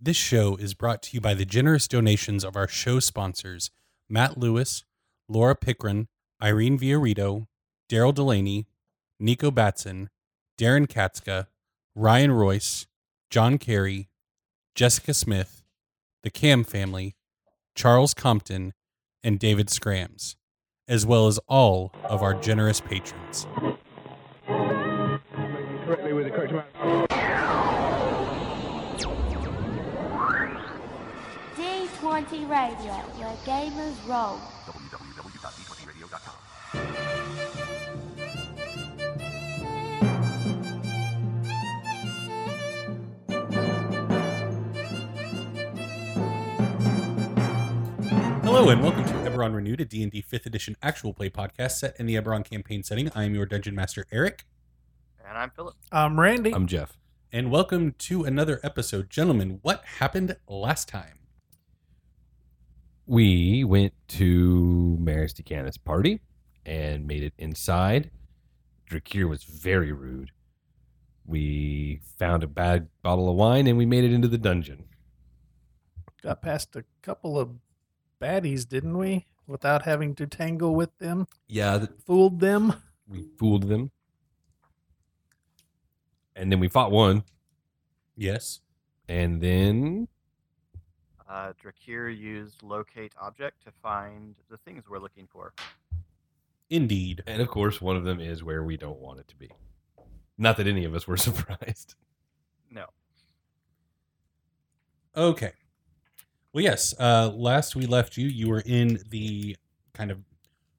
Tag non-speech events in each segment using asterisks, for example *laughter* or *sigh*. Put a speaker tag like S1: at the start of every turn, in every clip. S1: This show is brought to you by the generous donations of our show sponsors, Matt Lewis, Laura Pickren, Irene Viorito, Daryl Delaney, Nico Batson, Darren Katzka, Ryan Royce, John Carey, Jessica Smith, the Cam family, Charles Compton, and David Scrams, as well as all of our generous patrons.
S2: correctly with the correct amount.
S3: D20 Radio, where gamers roll.
S1: Hello and welcome to Eberron Renewed, a D&D 5th Edition actual play podcast set in the Eberron campaign setting. I am your Dungeon Master, Eric,
S4: And I'm Philip.
S5: Um, Randy.
S6: I'm Jeff.
S1: and welcome to another episode. Gentlemen, what happened last time?
S6: We went to Maris Decanus' party and made it inside. Drakir was very rude. We found a bad bottle of wine and we made it into the dungeon.
S5: Got past a couple of baddies, didn't we? Without having to tangle with them,
S6: Yeah, th-
S5: fooled them.
S6: we fooled them. And then we fought one.
S1: Yes.
S6: And then
S4: Uh, Drakir used locate object to find the things we're looking for.
S1: Indeed.
S6: and of course one of them is where we don't want it to be. Not that any of us were *laughs* surprised.
S4: No.
S1: Okay. Well, yes. Uh, last we left you, you were in the kind of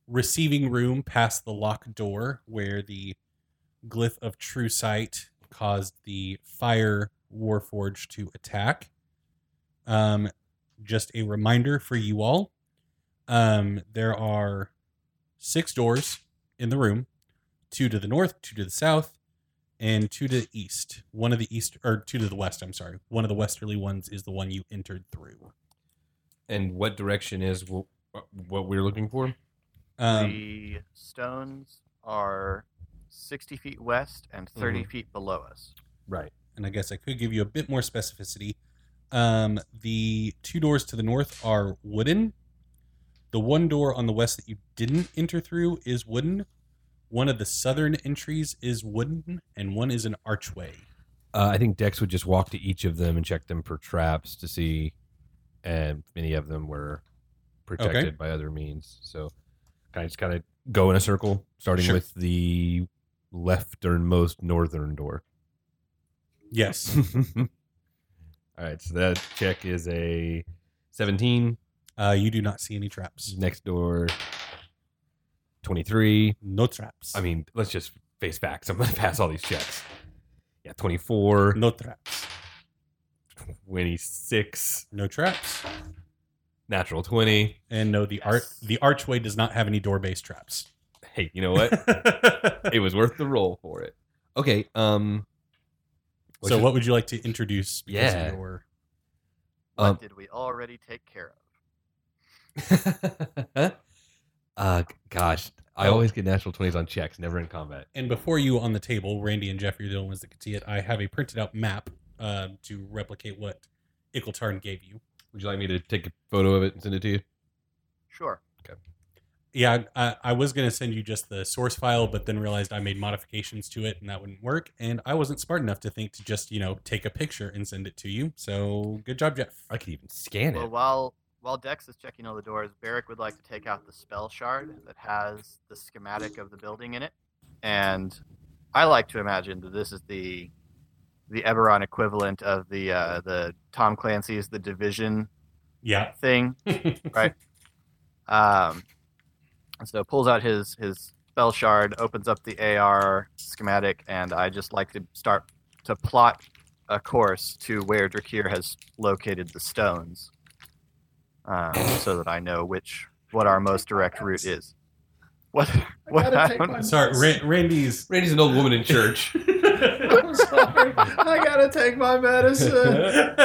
S1: receiving room past the locked door where the glyph of true sight caused the fire warforge to attack. Um, just a reminder for you all um, there are six doors in the room two to the north, two to the south, and two to the east. One of the east or two to the west, I'm sorry. One of the westerly ones is the one you entered through.
S6: And what direction is wh- what we're looking for?
S1: Um,
S4: the stones are 60 feet west and 30 feet below us.
S6: Right.
S1: and I guess I could give you a bit more specificity. Um, the two doors to the north are wooden. The one door on the west that you didn't enter through is wooden. One of the southern entries is wooden, and one is an archway.
S6: Uh, I think Dex would just walk to each of them and check them for traps to see, and if any of them were protected by other means. So, kind of just kind of go in a circle, starting
S1: Sure.
S6: with the lefternmost
S1: *laughs*
S6: northern door. *laughs*
S1: Yes.
S6: All right, so that check is a seventeen.
S1: uh, you do not see any traps.
S6: Next door, twenty-three.
S1: No traps.
S6: I mean, let's just face facts. I'm going to *laughs* pass all these checks. Yeah, twenty-four,
S1: no traps.
S6: twenty-six,
S1: No traps.
S6: natural twenty.
S1: and no the art the archway does not have any door based traps
S6: Hey, you know what? *laughs* it was worth the roll for it. Okay. Um.
S1: so what would you like to introduce because
S6: Yeah.
S1: of your
S4: What
S6: Um,
S4: did we already take care of?
S6: what? uh, gosh, I
S1: Oh.
S6: always get natural twenties on checks, never in combat.
S1: and before you on the table randy and jeff you're the only ones that can see it i have a printed out map uh, to replicate what ickletarn gave you
S6: Would you like me to take a photo of it and send it to you?
S4: Sure.
S1: yeah i, I was going to send you just the source file but then realized i made modifications to it and that wouldn't work and i wasn't smart enough to think to just you know take a picture and send it to you so good job jeff
S6: I could even scan
S4: Well,
S6: it.
S4: while while Dex is checking all the doors, Barrick would like to take out the spell shard that has the schematic of the building in it, and I like to imagine that this is the the Eberron equivalent of the uh, the Tom Clancy's The Division
S1: yeah
S6: *laughs*
S4: thing. Um, and so pulls out his his spell shard, opens up the AR schematic, and I just like to start to plot a course to where Drakir has located the stones, um, so that I know which what our most direct route is. What? *laughs* What? I don't-
S1: sorry Ra- randy's
S6: Randy's an old woman
S1: *laughs*
S6: in church. *laughs*
S2: I'm sorry. I gotta take my medicine.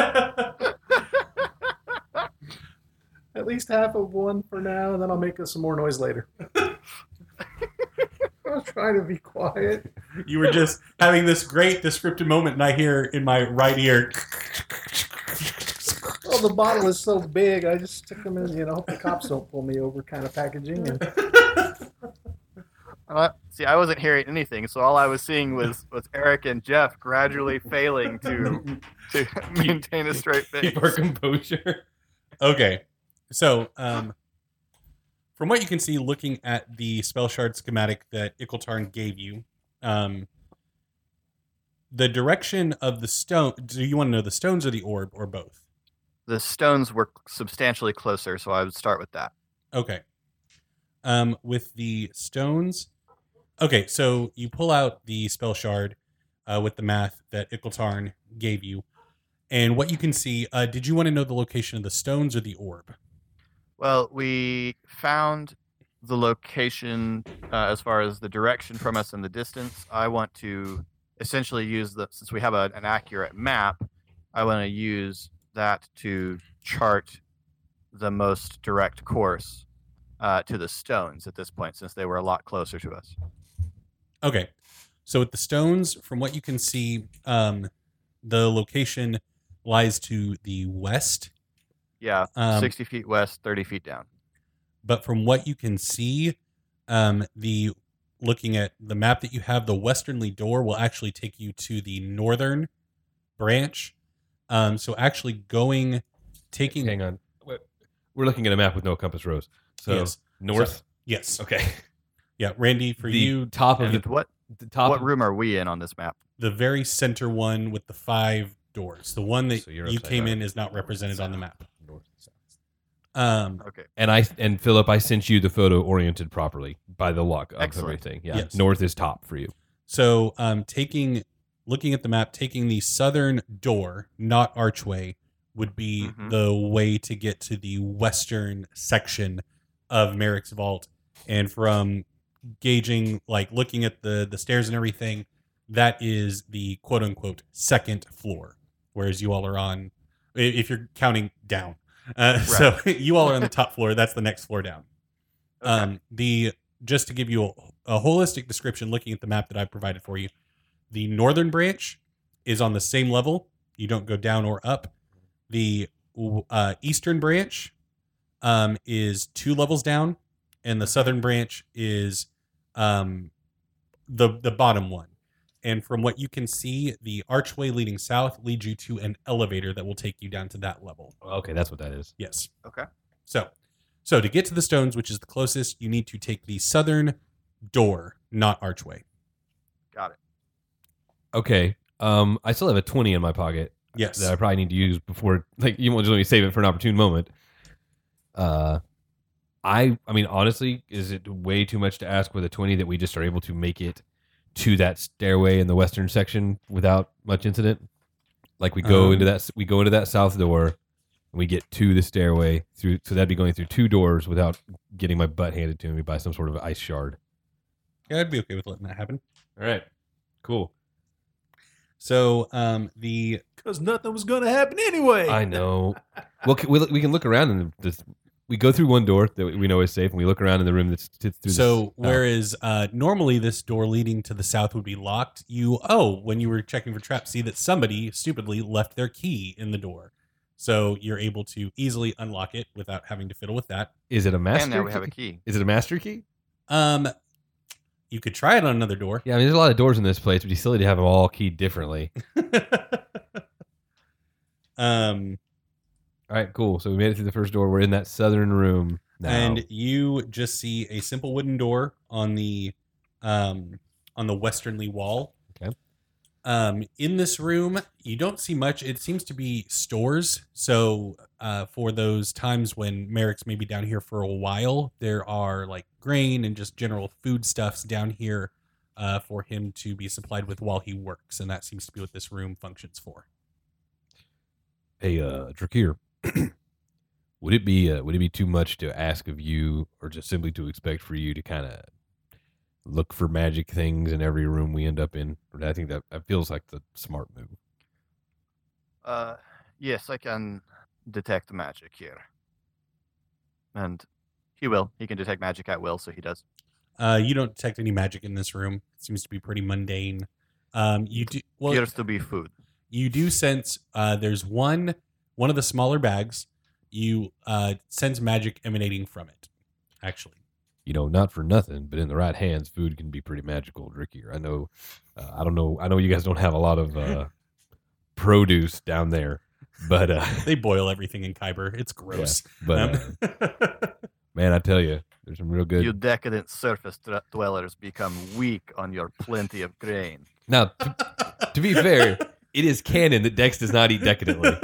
S2: At least half of one for now, and then I'll make us some more noise later. *laughs* I'm trying to be quiet.
S1: You were just having this great descriptive moment, and I hear in my right ear.
S2: well, Oh, the bottle is so big. I just stick them in. You know, hope the cops don't pull me over. Kind of packaging.
S5: *laughs*
S2: And
S4: And I- see, I wasn't hearing anything, so all I was seeing was, was Eric and Jeff gradually failing
S6: *laughs*
S4: to
S1: *laughs*
S4: to maintain a straight face.
S6: Keep our composure.
S1: Okay. So, um, from what you can see looking at the spell shard schematic that Ickletarn gave you, um, the direction of the stone. Do you want to know the stones or the orb or both?
S4: The stones were substantially closer, so I would start with that.
S1: Okay. Um, with the stones. Okay, so you pull out the spell shard uh, with the math that Ickletarn gave you. And what you can see, uh, did you want to know the location of the stones or the orb?
S4: Well, we found the location uh, as far as the direction from us and the distance. I want to essentially use the since we have a, an accurate map. I want to use that to chart the most direct course uh, to the stones at this point, since they were a lot closer to us.
S1: Okay. So with the stones, from what you can see, um, the location lies to the west.
S4: Yeah,
S1: Um,
S4: 60 feet west, 30 feet down.
S1: but from what you can see, um, the looking at the map that you have, the westernly door will actually take you to the northern branch. Um, so actually going, taking
S6: Hang on. Wait, We're looking at a map with no compass rose. So
S1: yes,
S6: north.
S1: yes,
S6: Okay.
S1: yeah, Randy, for
S6: the
S1: you,
S6: top of
S4: And
S6: the,
S4: what
S6: the top.
S4: what
S6: of-
S4: room are we in on this map?
S1: the very center one with the five doors, the one that
S6: So you're
S1: you
S6: upside
S1: came
S6: down.
S1: in is not represented on the map.
S6: North, south.
S1: Um,
S4: Okay.
S6: And I and Philip, I sent you the photo oriented properly by the lock of
S4: Excellent.
S6: everything. Yeah,
S1: Yes.
S6: north is top for you.
S1: So, um, taking looking at the map, taking the southern door, not archway, would be
S4: Mhm.
S1: the way to get to the western section of Merrick's vault. And from gauging, like looking at the the stairs and everything, that is the quote unquote second floor. Whereas you all are on, i- if you're counting down, uh, *laughs* so you all are on the top floor. That's the next floor down.
S4: Okay.
S1: Um, the just to give you a, a holistic description, looking at the map that I provided for you, the northern branch is on the same level. You don't go down or up. The uh, eastern branch um, is two levels down, and the southern branch is um, the the bottom one. And from what you can see, the archway leading south leads you to an elevator that will take you down to that level.
S6: Okay, that's what that is.
S1: Yes.
S4: Okay.
S1: So, so to get to the stones, which is the closest, you need to take the southern door, not archway.
S4: Got it.
S6: Okay. Um, I still have a twenty in my pocket
S1: Yes.
S6: that I probably need to use before. Like, you won't just let me save it for an opportune moment. Uh, I I mean, honestly, is it way too much to ask with a twenty that we just are able to make it to that stairway in the western section without much incident? Like we go
S1: Um,
S6: into that s- we go into that south door, and we get to the stairway through. So that'd be going through two doors without getting my butt handed to me by some sort of ice shard.
S1: yeah, I'd be okay with letting that happen.
S6: All right, cool.
S1: So, um, the
S5: Because nothing was going to happen
S1: *laughs*
S5: anyway. *laughs*
S6: I know. well, c- we, we can look around and this, we go through one door that we know is safe, and we look around in the oh. room that's t- through.
S1: so
S6: this,
S1: whereas uh, normally this door leading to the south would be locked, you oh when you were checking for traps, see that somebody stupidly left their key in the door, so you're able to easily unlock it without having to fiddle with that.
S6: is it a master?
S4: And now we have a
S6: key?
S4: key.
S6: Is it a master key?
S1: Um, you could try it on another door.
S6: Yeah, I mean, there's a lot of doors in this place, but you still need to have them all
S1: *laughs*
S6: keyed differently.
S1: um.
S6: All right, cool. So we made it through the first door. We're in that southern room now.
S1: and you just see a simple wooden door on the um on the westernly wall
S6: Okay.
S1: um in this room you don't see much it seems to be stores so uh for those times when merrick's maybe down here for a while there are like grain and just general food stuffs down here uh for him to be supplied with while he works and that seems to be what this room functions for
S6: hey, uh, Drakir, *clears throat* would it be uh, would it be too much to ask of you, or just simply to expect for you to kind of look for magic things in every room we end up in? Or I think that, that feels like the smart move.
S4: Uh, yes, I can detect magic here. And he will. He can detect magic at will, so he does.
S1: uh you don't detect any magic in this room it seems to be pretty mundane um you do well
S4: Appears to be food.
S1: you do sense uh, there's one one of the smaller bags. You uh, sense magic emanating from it. Actually,
S6: you know, not for nothing, but in the right hands, food can be pretty magical, Drickier. I know, uh, I don't know, I know you guys don't have a lot of uh, produce down there, but uh, *laughs*
S1: they boil everything in Kyber. It's gross.
S6: but
S4: *laughs*
S6: uh,
S1: Um,
S6: man, I tell you, there's some real good.
S4: You decadent surface dr- dwellers become weak on your plenty of grain.
S6: now, to, to be fair, it is canon that Dex does not eat decadently.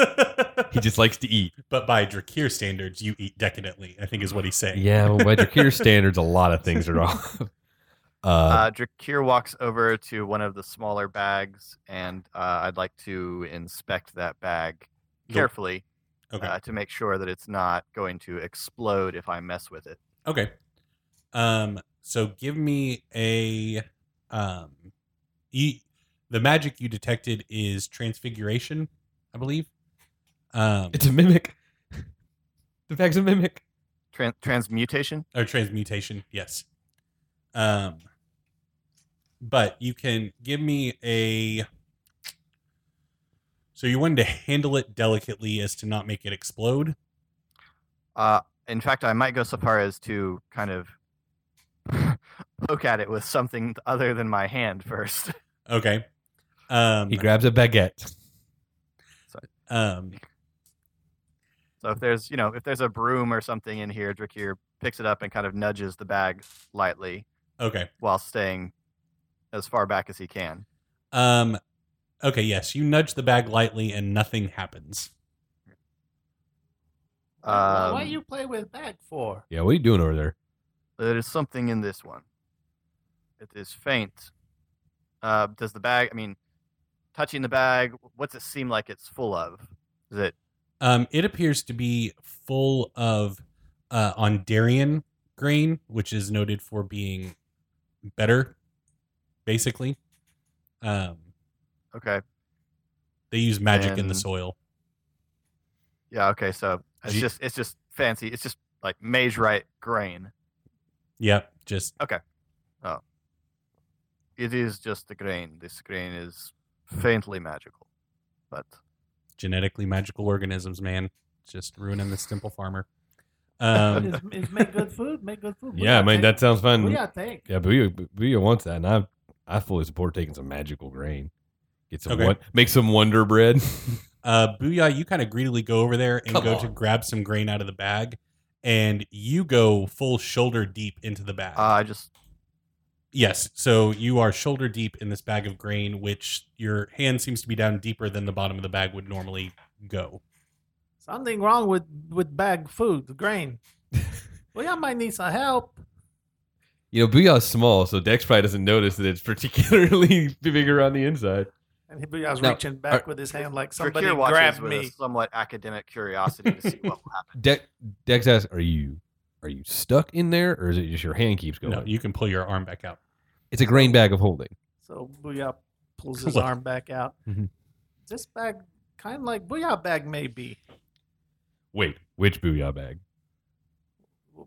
S6: He just likes
S4: *laughs*
S6: to eat.
S1: *laughs* but by Drakir standards, you eat decadently. I think is what he's saying.
S6: Yeah, well, by Drakir's standards, a lot of things are off. Uh,
S4: Uh, Drakir walks over to one of the smaller bags, and uh, I'd like to inspect that bag
S1: Nope.
S4: carefully
S1: Okay.
S4: uh, to make sure that it's not going to explode if I mess with it.
S1: Okay. Um. So give me a um. You, the magic you detected is transfiguration, I believe. Um.
S6: it's a mimic. The bag's a mimic.
S4: Tran- transmutation?
S1: or transmutation. Yes. Um. But you can give me a. So you wanted to handle it delicately as to not make it explode.
S4: Uh, in fact, I might go so far as to kind of *laughs* poke at it with something other than my hand first. *laughs*
S1: Okay. Um.
S6: He grabs a baguette.
S1: um.
S4: So if there's, you know, if there's a broom or something in here, Drakir picks it up and kind of nudges the bag lightly
S1: Okay.
S4: while staying as far back as he can.
S1: Um. Okay. Yes. You nudge the bag lightly, and nothing happens.
S4: Um,
S5: what you play with bag for?
S6: Yeah, what are you doing over there?
S4: There is something in this one. It is faint. Uh, does the bag? I mean, touching the bag. What's it seem like it's full of? Is it?
S1: Um, it appears to be full of uh, Ondarian grain, which is noted for being better, basically. Um,
S4: Okay.
S1: they use magic in the
S4: And-
S1: soil.
S4: Yeah. Okay. So it's
S1: Ye-
S4: just it's just fancy. It's just like mage right grain.
S1: Yep, just
S4: It is just the grain. This grain is faintly magical, but
S1: genetically magical organisms, man. Just ruining this simple farmer. Um,
S6: *laughs*
S5: Is, is make good food? Make good food.
S6: Yeah, I mean, that sounds fun.
S5: What do you think?
S6: Yeah, Booyah, Booyah wants that, and I, I fully support taking some magical grain. Get some,
S1: Okay.
S6: won- make some wonder bread. *laughs*
S1: uh, Booyah, you kind of greedily go over there and
S6: Come
S1: go to
S6: on.
S1: grab some grain out of the bag, and you go full shoulder deep into the bag.
S4: uh, I just
S1: Yes. So you are shoulder deep in this bag of grain, which your hand seems to be down deeper than the bottom of the bag would normally go.
S5: Something wrong with with bag food,
S6: *laughs*
S5: grain. well, y'all might need some help.
S6: you know, Booyah's small, so Dex probably doesn't notice that it's *laughs* particularly bigger on the inside.
S5: And he, I was
S6: Now,
S5: reaching back with his hand like somebody
S4: Drakir watches
S5: grabbed
S4: with a
S5: me.
S4: somewhat academic curiosity to see
S5: *laughs*
S4: what will happen.
S6: De- Dex asks, "Are you, are you stuck in there, or is it just your hand keeps going?
S1: No, you Oh. can pull your arm back out.
S6: it's a grain bag of holding.
S5: So Booyah pulls
S6: *laughs*
S5: his
S1: Look.
S5: arm back out.
S6: Mhm.
S5: This bag, kind of like Booyah bag, maybe.
S6: Wait, which Booyah bag?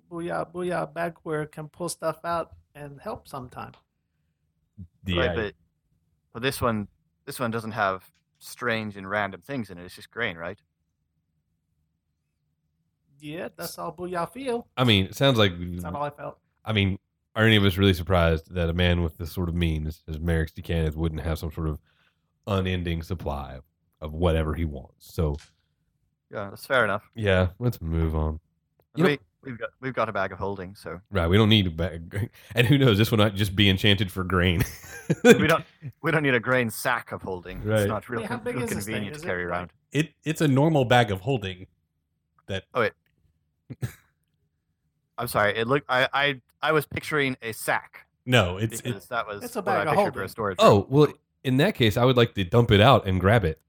S5: Booyah, Booyah bag where it can pull stuff out and help sometime.
S6: The
S4: Right, but, but this one this one doesn't have strange and random things in it. It's just grain, right?
S5: Yeah, that's all Booyah feel.
S6: I mean, it sounds like.
S5: That's not all I felt.
S6: I mean, are any of us really surprised that a man with this sort of means as Merrick Decanith wouldn't have some sort of unending supply of whatever he wants? So
S4: Yeah, that's fair enough.
S6: yeah, let's move on. You know-
S4: we, we've got we've got a bag of holding,
S6: *laughs*
S4: so
S6: Right, we don't need a bag, and who knows, this one might just be enchanted for grain.
S4: we don't we don't need a grain sack of holding.
S6: Right.
S4: It's not real,
S5: Yeah, how
S4: con-
S5: big
S4: real
S5: is this thing?
S4: convenient
S5: Is
S4: to
S5: it
S4: carry
S5: like-
S4: around.
S1: It it's a normal bag of holding.
S4: I'm sorry. It looked I, I I was picturing a sack
S1: No, it's
S4: because
S1: it,
S4: that was
S5: it's a
S4: what I pictured
S5: bag of
S4: for
S5: holding.
S4: a storage. room.
S6: *laughs* oh well, in that case, I would like to dump it out and grab it.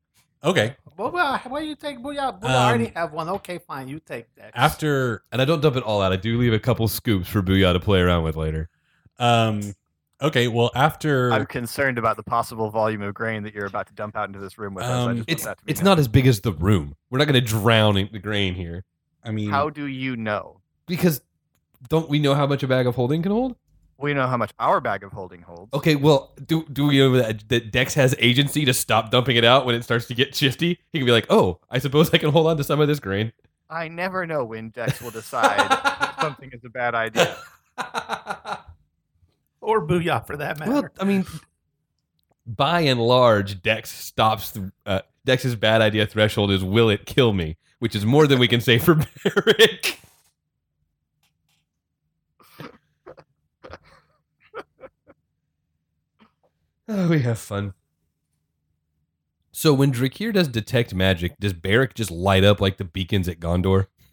S1: okay.
S5: Booyah, why you take Booyah? Booyah I already
S1: Um,
S5: have one. Okay, fine, you take that.
S1: After
S6: And I don't dump it all out. I do leave a couple scoops for Booyah to play around with later.
S1: um, okay, well after
S4: I'm concerned about the possible volume of grain that you're about to dump out into this room with us. I
S1: Um,
S4: just want
S6: It's
S4: that to be
S6: it's
S4: known.
S6: not as big as the room. We're not going to drown in the grain here
S1: I mean
S4: How do you know?
S6: because don't we know how much a bag of holding can hold?
S4: we know how much our bag of holding holds.
S6: Okay, well, do do we know that, that Dex has agency to stop dumping it out when it starts to get shifty? He can be like, "Oh, I suppose I can hold on to some of this grain."
S4: I never know when Dex will decide
S6: *laughs*
S4: that something is a bad idea.
S6: well,
S5: or booyah for that matter.
S6: I mean, by and large, Dex stops. The, uh, Dex's bad idea threshold is, "Will it kill me?" Which is more than we can say for
S5: *laughs*
S6: *laughs* Merrick. Oh, we have fun. So when Drakir does detect magic, does Barrick just light up like the beacons
S5: *laughs*
S6: at Gondor? *laughs*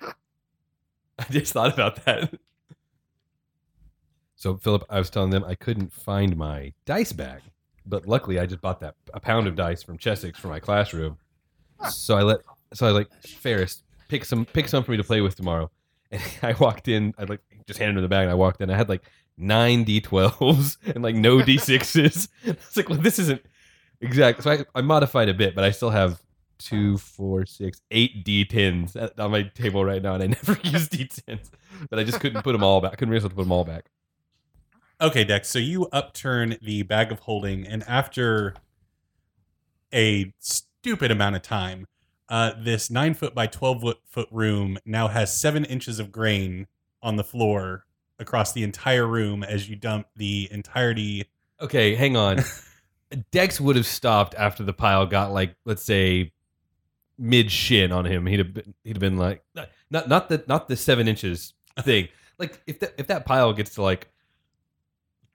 S6: I just thought about that. So Philip, I was telling them I couldn't find my dice bag, but luckily I just bought that a pound of dice from Chessex for my classroom. So I let so I like Ferris pick some pick some for me to play with tomorrow. *laughs* And I walked in, I like just handed him the bag and I walked in. I had like nine D12s *laughs* and like no *laughs* D6s. It's like, well, this isn't exact. So I, I modified a bit, but I still have two, four, six, eight D10s at- on my table right now, and I *laughs* never use D10s. But I just couldn't put them all back. I couldn't resist to put them all back.
S1: Okay, Dex. So you upturn the bag of holding, and after a stupid amount of time, uh, this nine foot by twelve wo- foot room now has seven inches of grain on the floor across the entire room as you dump the
S6: *laughs*
S1: entirety.
S6: Okay, hang *laughs* on. Dex would have stopped after the pile got like, let's say, mid shin on him. He'd have been, he'd have been like, not not the not the seven *laughs* inches thing. Like if that if that pile gets to like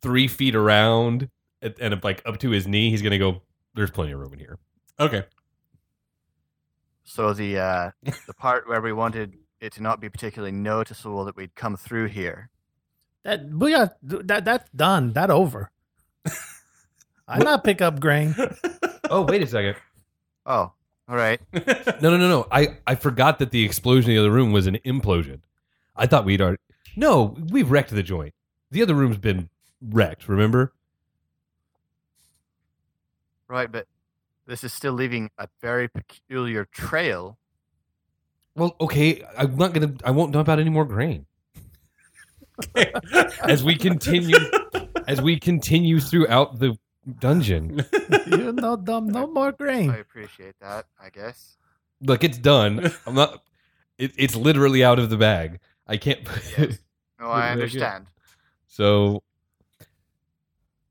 S6: three feet around and, and like up to his knee, he's gonna go. There's plenty of room in here.
S1: Okay.
S4: So the uh,
S6: *laughs*
S4: the part where we wanted it to not be particularly noticeable that we'd come through here.
S5: That booyah, th- that that's done. That over. I not pick up grain.
S6: *laughs* Oh wait a second.
S4: Oh, all right.
S6: No no no no. I I forgot that the explosion in the other room was an implosion. I thought we'd already. No, we've wrecked the joint. The other room's been wrecked. Remember?
S4: Right, but this is still leaving a very peculiar trail.
S6: Well, okay, I'm not gonna. I won't dump out any more grain as we continue. as we continue throughout the
S1: *laughs*
S6: dungeon,
S5: *laughs* You no dumb, no more
S4: I
S5: grain.
S4: appreciate that, I guess.
S6: look, it's done. I'm not. It, it's literally out of the bag. I can't.
S4: No, Oh, I
S6: Very good.
S4: understand.
S6: *laughs* so.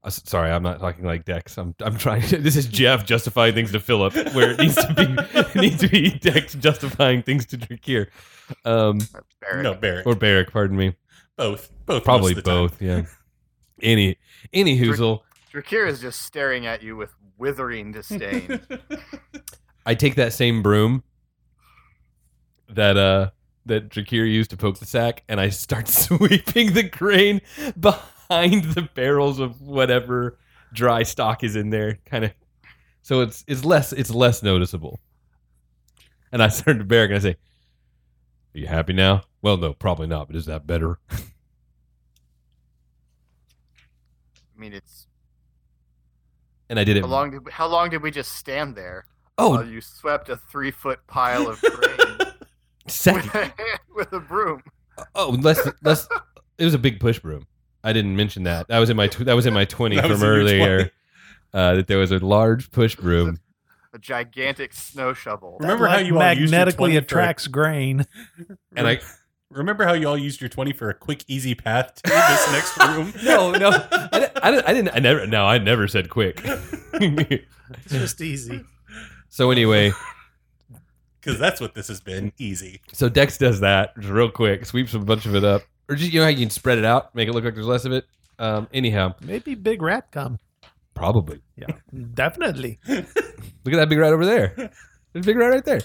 S6: Uh, s- Sorry, I'm not talking like Dex. I'm I'm trying. To, this is Jeff justifying things to Philip, where it needs to be
S1: *laughs*
S6: it needs to be Dex justifying things to Drakir, um,
S4: That's
S1: *laughs*
S4: Barrick.
S1: no, Barrett.
S6: or Barrick. Pardon me.
S1: both. Both.
S6: Probably
S1: most of the time. *laughs*
S6: both. Yeah. Any any hoozle.
S4: Drakir is just staring at you with withering
S1: *laughs*
S4: disdain.
S6: I take that same broom that uh that Drakir used to poke the sack, and I start *laughs* sweeping the grain behind the barrels of whatever dry stock is in there, kind of. So it's it's less it's less noticeable. And I *laughs* turn to Barrick and I say, "Are you happy now?" Well, no, probably not. But is that better?
S4: I mean, it's
S6: And I did it.
S4: how long did we, how long did we just stand there while
S6: oh,
S4: you swept a three foot pile of grain with,
S6: second.
S4: a *laughs* hand- with a broom?
S6: Oh, less less. It was a big push broom. I didn't mention that. That was in my tw- *laughs* that was in my twenty
S1: That was
S6: from
S1: in your 20.
S6: earlier. Uh, that there was a large push broom. *laughs*
S4: A gigantic snow shovel.
S5: That
S1: Remember how
S5: like
S1: you all used your
S5: magnetically
S1: 20 for-
S5: attracts grain.
S6: and I
S1: remember how you all used your twenty for a quick, easy path to this next
S6: *laughs*
S1: room.
S6: *laughs* no no I, di- I, di- I didn't I never no I never said quick. *laughs*
S5: It's *laughs* just easy.
S6: so anyway,
S1: Because that's what this has been. Easy.
S6: so Dex does that just real quick, sweeps a bunch of it up, or just you know how you can spread it out, make it look like there's less of it. Um, anyhow,
S5: Maybe big rat come.
S6: probably
S5: Definitely.
S6: look at that big rat over *laughs* there. There's a big rat right there.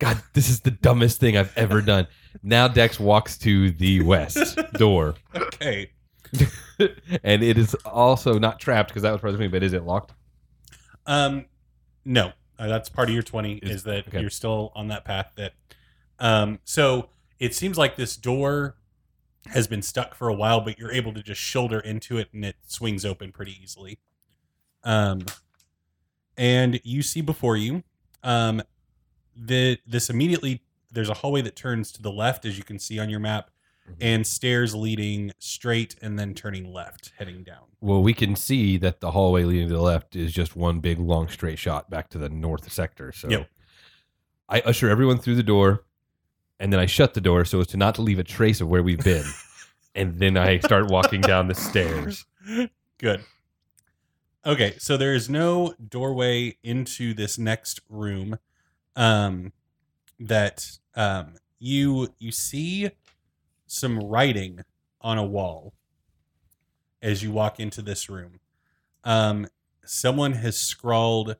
S6: God, this is the dumbest thing I've ever done. Now Dex walks to the west door.
S1: Okay.
S6: and it is also not trapped because that was part of the thing, but is it locked?
S1: Um, no, uh, that's part of your twenty
S6: Is-
S1: is that
S6: okay.
S1: you're still on that path. That, um, so it seems like this door has been stuck for a while, but you're able to just shoulder into it and it swings open pretty easily. Um, and you see before you, um, the this immediately there's a hallway that turns to the left, as you can see on your map,
S6: Mm-hmm.
S1: and stairs leading straight and then turning left, heading down.
S6: Well, we can see that the hallway leading to the left is just one big long straight shot back to the north sector. So
S1: Yep.
S6: I usher everyone through the door and then I shut the door so as to not to leave a trace of where we've been. and then I start walking down the stairs.
S1: Good. Okay, so there is no doorway into this next room. Um, that um, you you see some writing on a wall as you walk into this room. Um, someone has scrawled,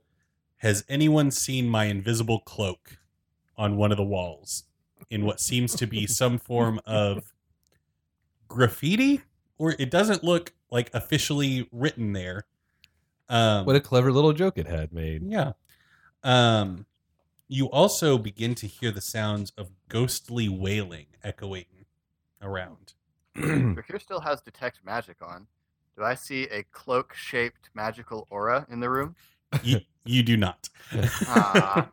S1: "Has anyone seen my invisible cloak?" on one of the walls in what seems to be
S6: *laughs*
S1: some form of graffiti or it doesn't look like officially written there. Um,
S6: What a clever little joke it had made. *clears throat*
S1: yeah. Um, you also begin to hear the sounds of ghostly wailing echoing around.
S4: Drakir still has detect magic on. Do I see a cloak-shaped magical aura in the room?
S6: *laughs*
S1: You, you do not.
S4: Ah,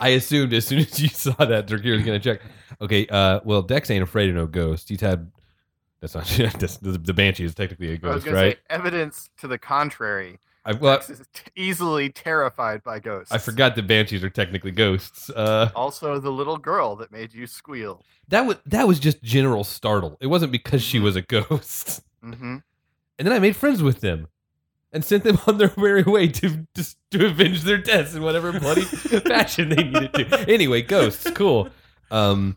S6: I assumed as soon as you saw that, Drakir was going to check. Okay, uh, well, Dex ain't afraid of no ghost. He's had. That's not. *laughs* That's, the, the Banshee is technically a
S4: I was
S6: ghost,
S4: going
S6: right?
S4: to say evidence to the contrary.
S6: I, well,
S4: Dex is t- easily terrified by ghosts.
S6: I forgot the Banshees are technically ghosts. Uh,
S4: Also, the little girl that made you squeal.
S6: that was that was just general startle. It wasn't because she was a ghost. *laughs*
S4: hmm
S6: And then I made friends with them, and sent them *laughs* on their merry way to just to avenge their deaths in whatever bloody fashion they needed to. Anyway, ghosts, cool. Um,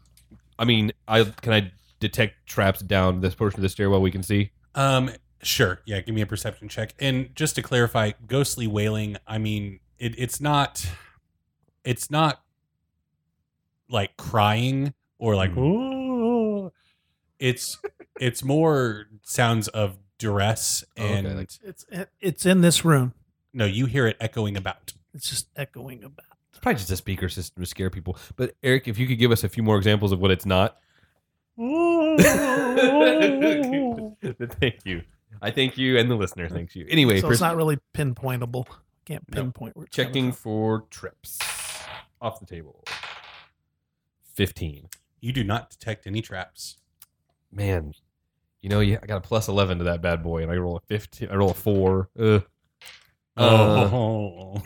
S6: I mean, I can I detect traps down this portion of the stairwell we can see.
S1: *laughs* Um, sure. Yeah, give me a perception check. And just to clarify, ghostly wailing. I mean, it, it's not. It's not like crying or like.
S6: Mm-hmm.
S1: "Ooh." It's it's more sounds of duress
S6: Oh, okay,
S1: and
S6: like-
S5: It's it's in this room.
S1: no, you hear it echoing about.
S5: It's just echoing about.
S6: It's probably just a speaker system to scare people. But Eric, if you could give us a few more examples of what it's not.
S5: *laughs*
S6: *laughs* thank you. I thank you, and the listener thanks you. Anyway,
S5: so
S6: pers-
S5: it's not really pinpointable. Can't
S6: No.
S5: pinpoint where it's coming
S6: checking
S5: from.
S6: for trips off the table. Fifteen.
S1: You do not detect any traps.
S6: Man, you know, yeah, I got a plus eleven to that bad boy, and I roll a fifteen. I roll a four. Ugh. Uh,
S1: oh,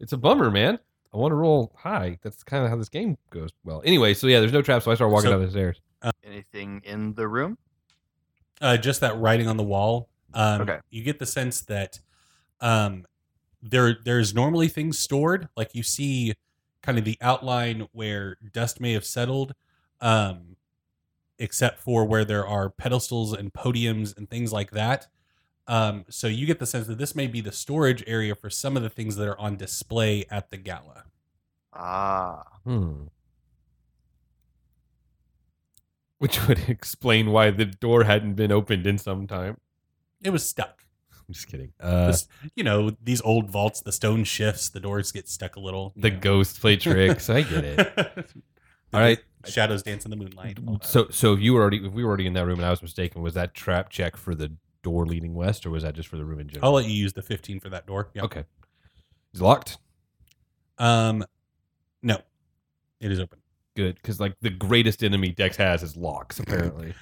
S6: it's a bummer, man. I want to roll high. That's kind of how this game goes. Well, anyway, so yeah, there's no traps, so I start walking
S1: So-
S6: down the stairs.
S4: Anything in the room?
S1: uh, just that writing on the wall. Um,
S4: Okay.
S1: You get the sense that um, there there's normally things stored. Like you see kind of the outline where dust may have settled, um, except for where there are pedestals and podiums and things like that. Um, so you get the sense that this may be the storage area for some of the things that are on display at the gala.
S4: Ah,
S6: Hmm. Which would *laughs* explain why the door hadn't been opened in some time.
S1: It was stuck.
S6: I'm just kidding. Uh,
S1: This- You know, these old vaults, the stone shifts, the doors get stuck a little. you
S6: the
S1: know.
S6: ghost *laughs* play tricks. I get
S1: *laughs*
S6: it. All right.
S1: Shadows dance in the moonlight. all that.
S6: So, so if you were already, if we were already in that room, and I was mistaken, was that trap check for the door leading west, or was that just for the room in
S1: I'll
S6: general?
S1: let you use the 15 for that door. Yeah.
S6: okay. It's locked.
S1: Um, no, it is open.
S6: Good, because like the greatest enemy Dex has is locks. *laughs* Apparently,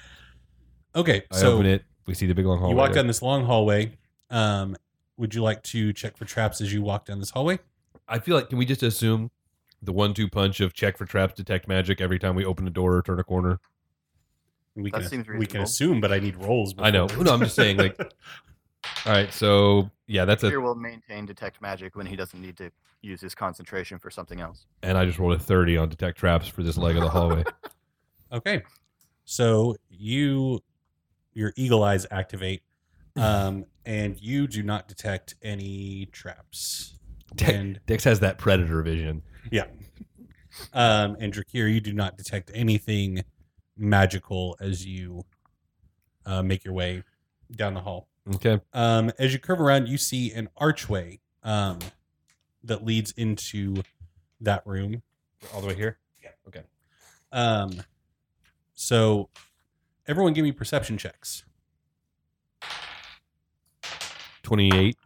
S1: Okay.
S6: I
S1: so
S6: open it. We see the big long hallway.
S1: you walk
S6: there.
S1: down this long hallway. Um, would you like to check for traps as you walk down this hallway?
S6: I feel like can we just assume the one-two punch of check for traps, detect magic every time we open a door or turn a corner?
S1: We
S4: That
S1: can,
S4: seems
S1: we can
S4: reasonable.
S1: assume, but I need rolls.
S6: I know.
S1: before-
S6: No, I'm just saying, like- All right, so yeah, that's
S4: Fear
S6: a.
S4: will maintain detect magic when he doesn't need to use his concentration for something else.
S6: And I just rolled a thirty on detect traps for this leg of the *laughs* hallway.
S1: *laughs* okay. So you, your eagle eyes activate, um, and you do not detect any traps.
S6: Tech-
S1: and
S6: Dex has that predator vision.
S1: Um, and Drakir, you do not detect anything magical as you uh, make your way down the hall.
S6: Okay.
S1: Um, as you curve around, you see an archway um, that leads into that room.
S6: All the way here.
S1: Um, so, everyone, give me perception checks.
S6: Twenty-eight.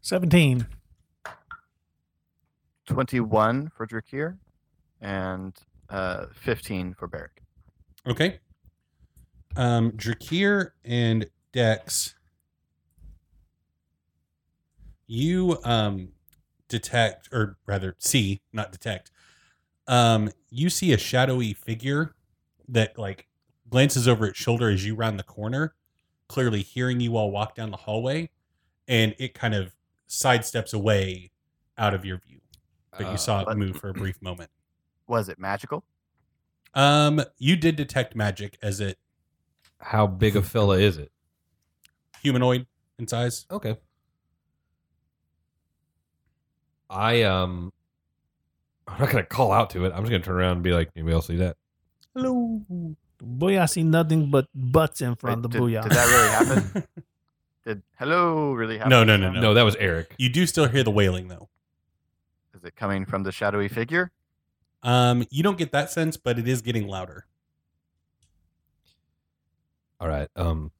S5: Seventeen.
S4: 21 for Drakir and uh, 15 for Barrick.
S1: Okay. Um, Drakir and Dex, you um, detect, or rather, see, not detect. Um, you see a shadowy figure that like glances over its shoulder as you round the corner, clearly hearing you all walk down the hallway, and it kind of sidesteps away out of your view. But
S6: Uh,
S1: you saw it
S4: but-
S1: move for a brief moment.
S4: Was it magical?
S1: Um, you did detect magic as it
S6: How big a fella is it?
S1: humanoid in size.
S6: Okay. I um, I'm not gonna call out to it. I'm just gonna turn around and be like, anybody else see that?
S5: Hello. Boy, I see nothing but butts in front
S4: Wait,
S5: of the
S4: did,
S5: booyah.
S4: did that really happen? did hello really happen?
S1: No,
S4: this
S1: no,
S4: time?
S6: No, that was Eric.
S1: *laughs* You do still hear the wailing though.
S4: Is it coming from the shadowy figure?
S1: Um, you don't get that sense, but it is getting louder.
S6: All right. Um,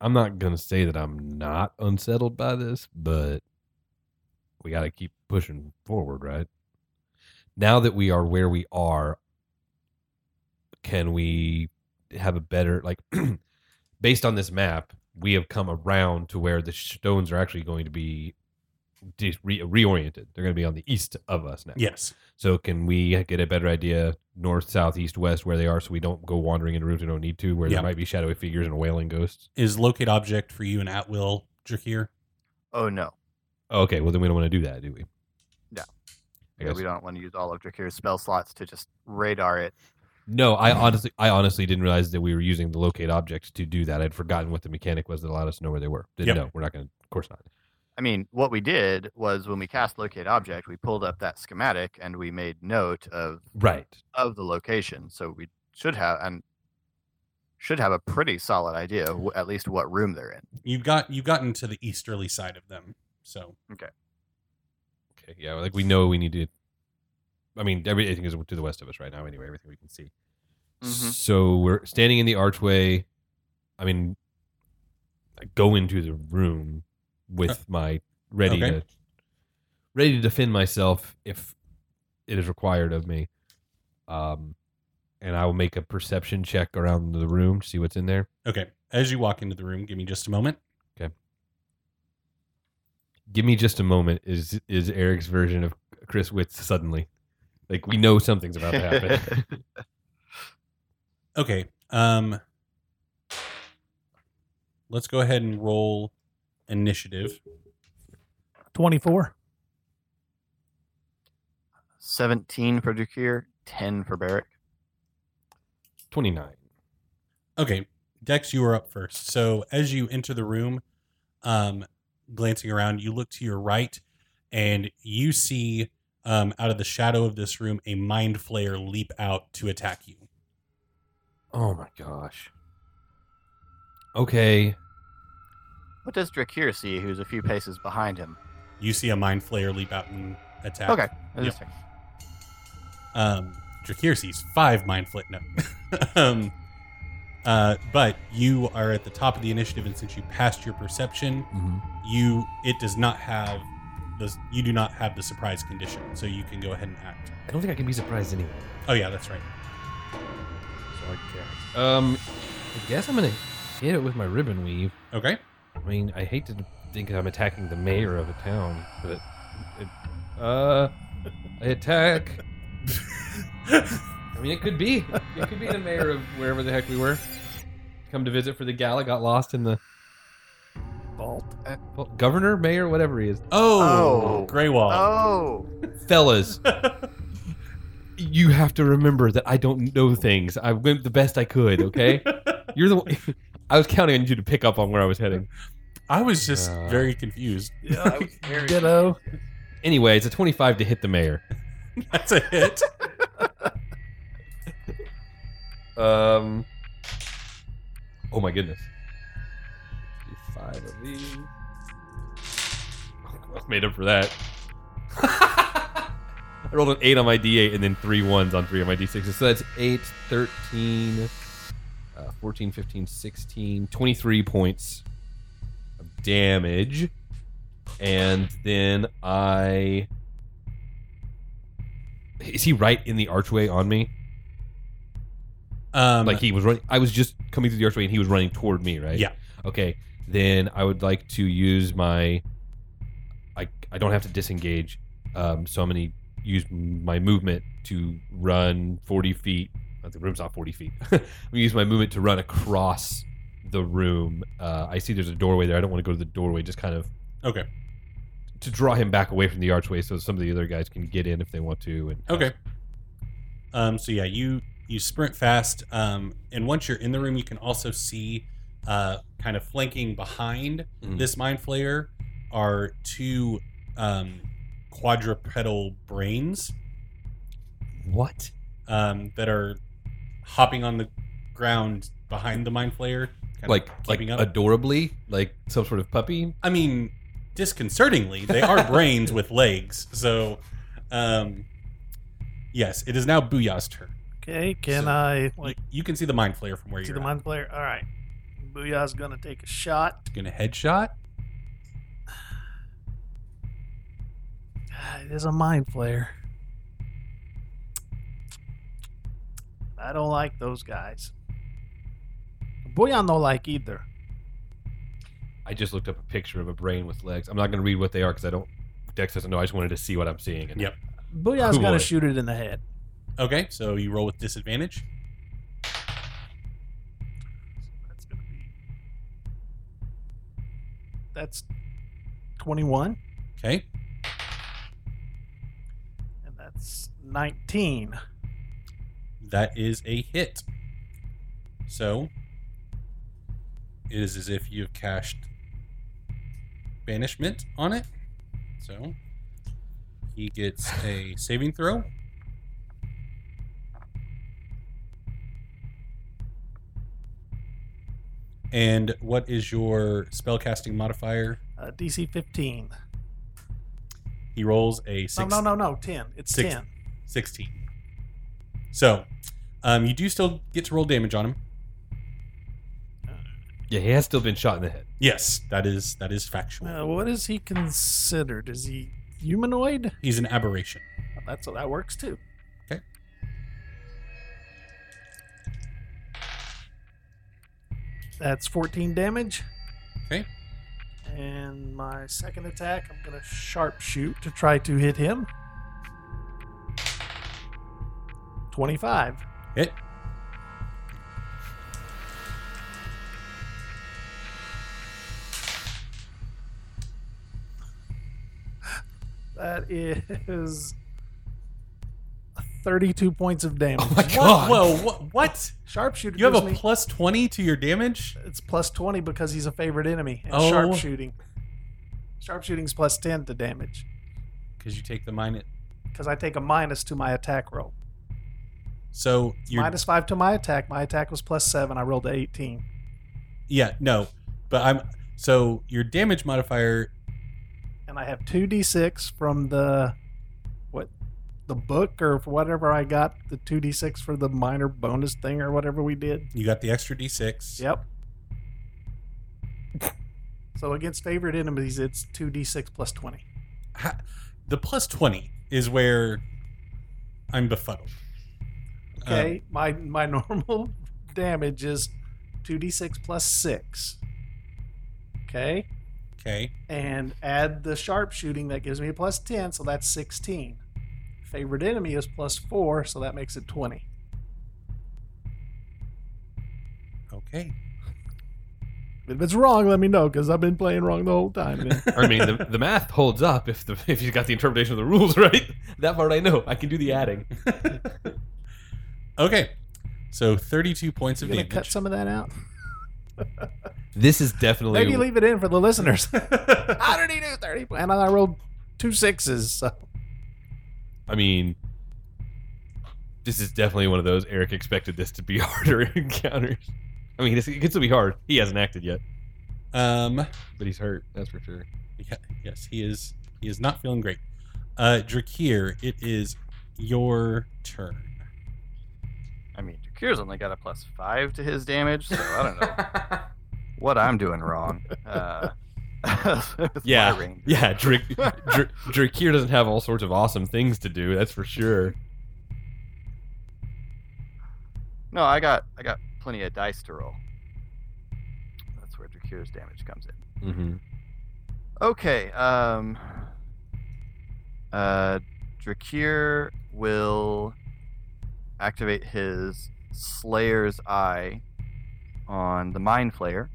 S6: I'm not gonna say that I'm not unsettled by this, but we got to keep pushing forward, right? Now that we are where we are, can we have a better like? *clears throat* based on this map, we have come around to where the stones are actually going to be de- re- reoriented. They're going to be on the east of us now.
S1: Yes.
S6: So can we get a better idea north, south, east, west where they are, so we don't go wandering into rooms we don't need to, where
S1: Yeah.
S6: there might be shadowy figures and wailing ghosts?
S1: Is locate object for you an at will Drakir?
S4: Oh no.
S6: Okay, well then we don't want to do that, do we?
S4: No.
S6: I
S4: Yeah,
S6: guess.
S4: we don't want to use all of Drakir's spell slots to just radar it.
S6: No, I honestly, I honestly didn't realize that we were using the locate objects to do that. I'd forgotten what the mechanic was that allowed us to know where they were. Didn't
S1: Yep.
S6: know. We're not going to, of course not.
S4: I mean, what we did was when we cast locate object, we pulled up that schematic and we made note of
S6: Right.
S4: of the location. So we should have and should have a pretty solid idea of wh- at least what room they're in.
S1: You've got you've gotten to the easterly side of them. So
S6: Okay. Yeah. Like we know we need to. I mean, everything is to the west of us right now. Anyway, everything we can see. So we're standing in the archway. I mean, I go into the room with my ready
S1: okay.
S6: to ready to defend myself if it is required of me. Um, and I will make a perception check around the room to see what's in there.
S1: okay. As you walk into the room, give me just a moment.
S6: Give me just a moment. Is is Eric's version of Chris Witz suddenly? Like we know something's about to
S4: *laughs*
S6: happen.
S1: Okay. Um let's go ahead and roll initiative.
S5: 24.
S4: Seventeen for Drakir, ten for Barrick.
S6: Twenty nine.
S1: Okay, Dex, you are up first. So as you enter the room, um, glancing around, you look to your right, and you see um, out of the shadow of this room a mind flayer leap out to attack you.
S6: Oh my gosh. Okay.
S4: What does Drakir see who's a few paces behind him?
S1: You see a mind flayer leap out and attack.
S4: Okay. that's
S1: Yep.
S4: fine.
S1: Um, Drakir sees five mind flit. No. *laughs* um, uh, but you are at the top of the initiative, and since you passed your perception,
S6: Mhm.
S1: you it does not have the you do not have the surprise condition, so you can go ahead and act.
S6: I don't think I can be surprised anyway.
S1: Oh yeah, that's right.
S6: Um, I guess I'm gonna hit it with my ribbon weave.
S1: Okay.
S6: I mean, I hate to think I'm attacking the mayor of a town, but it, uh, I *laughs* attack. I mean, it could be. It could be the mayor of wherever the heck we were. Come to visit for the gala, got lost in the
S5: Vault.
S4: Uh,
S6: well, governor, mayor, whatever he is.
S1: Oh,
S4: Oh.
S1: Greywall.
S4: Oh,
S6: Fellas, you have to remember that I don't know things. I went the best I could. Okay, you're the. One, *laughs* I was counting on you to pick up on where I was heading.
S1: I was just
S6: Uh.
S1: very confused. *laughs*
S2: Yeah, I was very
S5: Ditto.
S6: Anyway, it's a 25 to hit the mayor.
S1: That's a hit.
S6: Um. Oh my goodness. Five of these. Almost made up for that. *laughs* I rolled an 8 on my D8 and then three ones on three of my D6s. So that's 8, 13, uh, 14, 15, 16, 23 points of damage. And then I. Is he right in the archway on me?
S1: Um,
S6: like he was running. I was just coming through the archway, and he was running toward me, right?
S1: Yeah.
S6: Okay. Then I would like to use my. I I don't have to disengage, um, so I'm gonna use my movement to run 40 feet. uh, The room's not 40 feet. *laughs* I'm gonna use my movement to run across the room. Uh, I see there's a doorway there. I don't want to go to the doorway. Just kind of
S1: okay,
S6: to draw him back away from the archway, so some of the other guys can get in if they want to. And
S1: okay. Um, so yeah, you you sprint fast, um, and once you're in the room, you can also see, uh, kind of flanking behind
S6: Mhm.
S1: this mind flayer are two um, quadrupedal brains.
S6: What?
S1: um, that are hopping on the ground behind the mind flayer. kind of
S6: Like like
S1: keeping up.
S6: adorably, like some sort of puppy.
S1: I mean, disconcertingly, they
S5: *laughs*
S1: are brains with legs. So, um, yes, it is now Booyah's turn.
S5: Okay, can
S1: So-
S5: I
S1: Like
S5: like
S1: you can see the mind flayer from where
S5: see
S1: you're.
S5: the
S1: at.
S5: mind player? All right, Booyah's gonna take a shot.
S1: Gonna headshot.
S5: Ah, It is a mind flayer. I don't like those guys. Booyah no like either.
S6: I just looked up a picture of a brain with legs. I'm not going to read what they are because I don't. Dex doesn't know. I just wanted to see what I'm seeing. And
S1: Yep.
S5: Booyah's
S6: Cool boy.
S5: gonna shoot it in the head.
S1: Okay, so you roll with disadvantage.
S5: That's gonna be. That's twenty-one,
S1: Okay,
S5: and that's nineteen.
S1: that is a hit. So it is as if you've cashed banishment on it. So he gets a saving throw. And what is your spellcasting modifier?
S5: Uh, DC fifteen.
S1: He rolls a
S5: No,
S1: six,
S5: no, no, no. Ten. It's
S1: Six.
S5: ten.
S1: 16. So um, you do still get to roll damage on him.
S6: Yeah, he has still been shot in the head.
S1: Yes, that is that is factual.
S5: Uh, what is he considered? Is he humanoid? Oh,
S1: He's an aberration.
S5: That's that works too. That's 14 damage.
S1: Okay.
S5: And my second attack, I'm gonna sharpshoot to try to hit him. 25.
S1: Hit.
S5: That *laughs* is 32 points of damage.
S6: *laughs* my
S1: What? Whoa, what? what?
S5: Sharpshooter
S1: You have
S5: gives
S1: a
S5: me-
S1: plus 20 to your damage?
S5: it's plus 20 because he's a favorite enemy and
S1: Oh.
S5: sharpshooting sharpshooting's plus 10 to damage
S1: Because you take the minus.
S5: because i take a minus to my attack roll
S1: So you're.
S5: Minus 5 to my attack my attack was plus 7 i rolled a 18
S1: Yeah, no. But I'm. So your damage modifier.
S5: and i have 2d6 from the what the book or whatever i got the 2d6 for the minor bonus thing or whatever we did
S1: You got the extra d6.
S5: yep so against favorite enemies it's 2d6 plus 20
S1: Ha- The plus 20 is where I'm befuddled. Um,
S5: Okay, my my *laughs* normal damage is two d six plus six. Okay,
S1: okay.
S5: and add the sharpshooting that gives me a plus ten, so that's sixteen. Favorite enemy is plus four, so that makes it twenty.
S1: Okay.
S5: If it's wrong, let me know because I've been playing wrong the whole
S1: *laughs*
S5: time. man.
S6: I mean, the, the math holds up if the if he's got the interpretation of the rules *laughs* right. That part I know. I can do the adding.
S1: Okay. So 32 points
S5: you
S1: of
S5: gonna
S1: damage.
S5: cut some of that out?
S6: This is definitely
S5: Maybe leave it in for the listeners. How did he do thirty? And I rolled two sixes. So.
S6: I mean, this is definitely one of those Eric expected this to be *laughs* harder encounters. I mean, this- it could still be hard. He hasn't acted yet,
S1: Um,
S6: but he's hurt. That's for sure.
S1: yeah, yes, he is. He is not feeling great. Uh, Drakir, it is your turn.
S4: I mean, Jakir's only got a plus five to his damage, so I don't know what I'm doing wrong. Uh, *laughs* with my
S6: Yeah.
S4: range.
S6: Yeah, Drake Dra- Drakir doesn't have all sorts of awesome things to do. That's for sure.
S4: No, I got I got plenty of dice to roll. That's where Drakir's damage comes in.
S6: Mm-hmm.
S4: Okay. Um. Uh, Drakir will activate his Slayer's Eye on the Mind Flayer.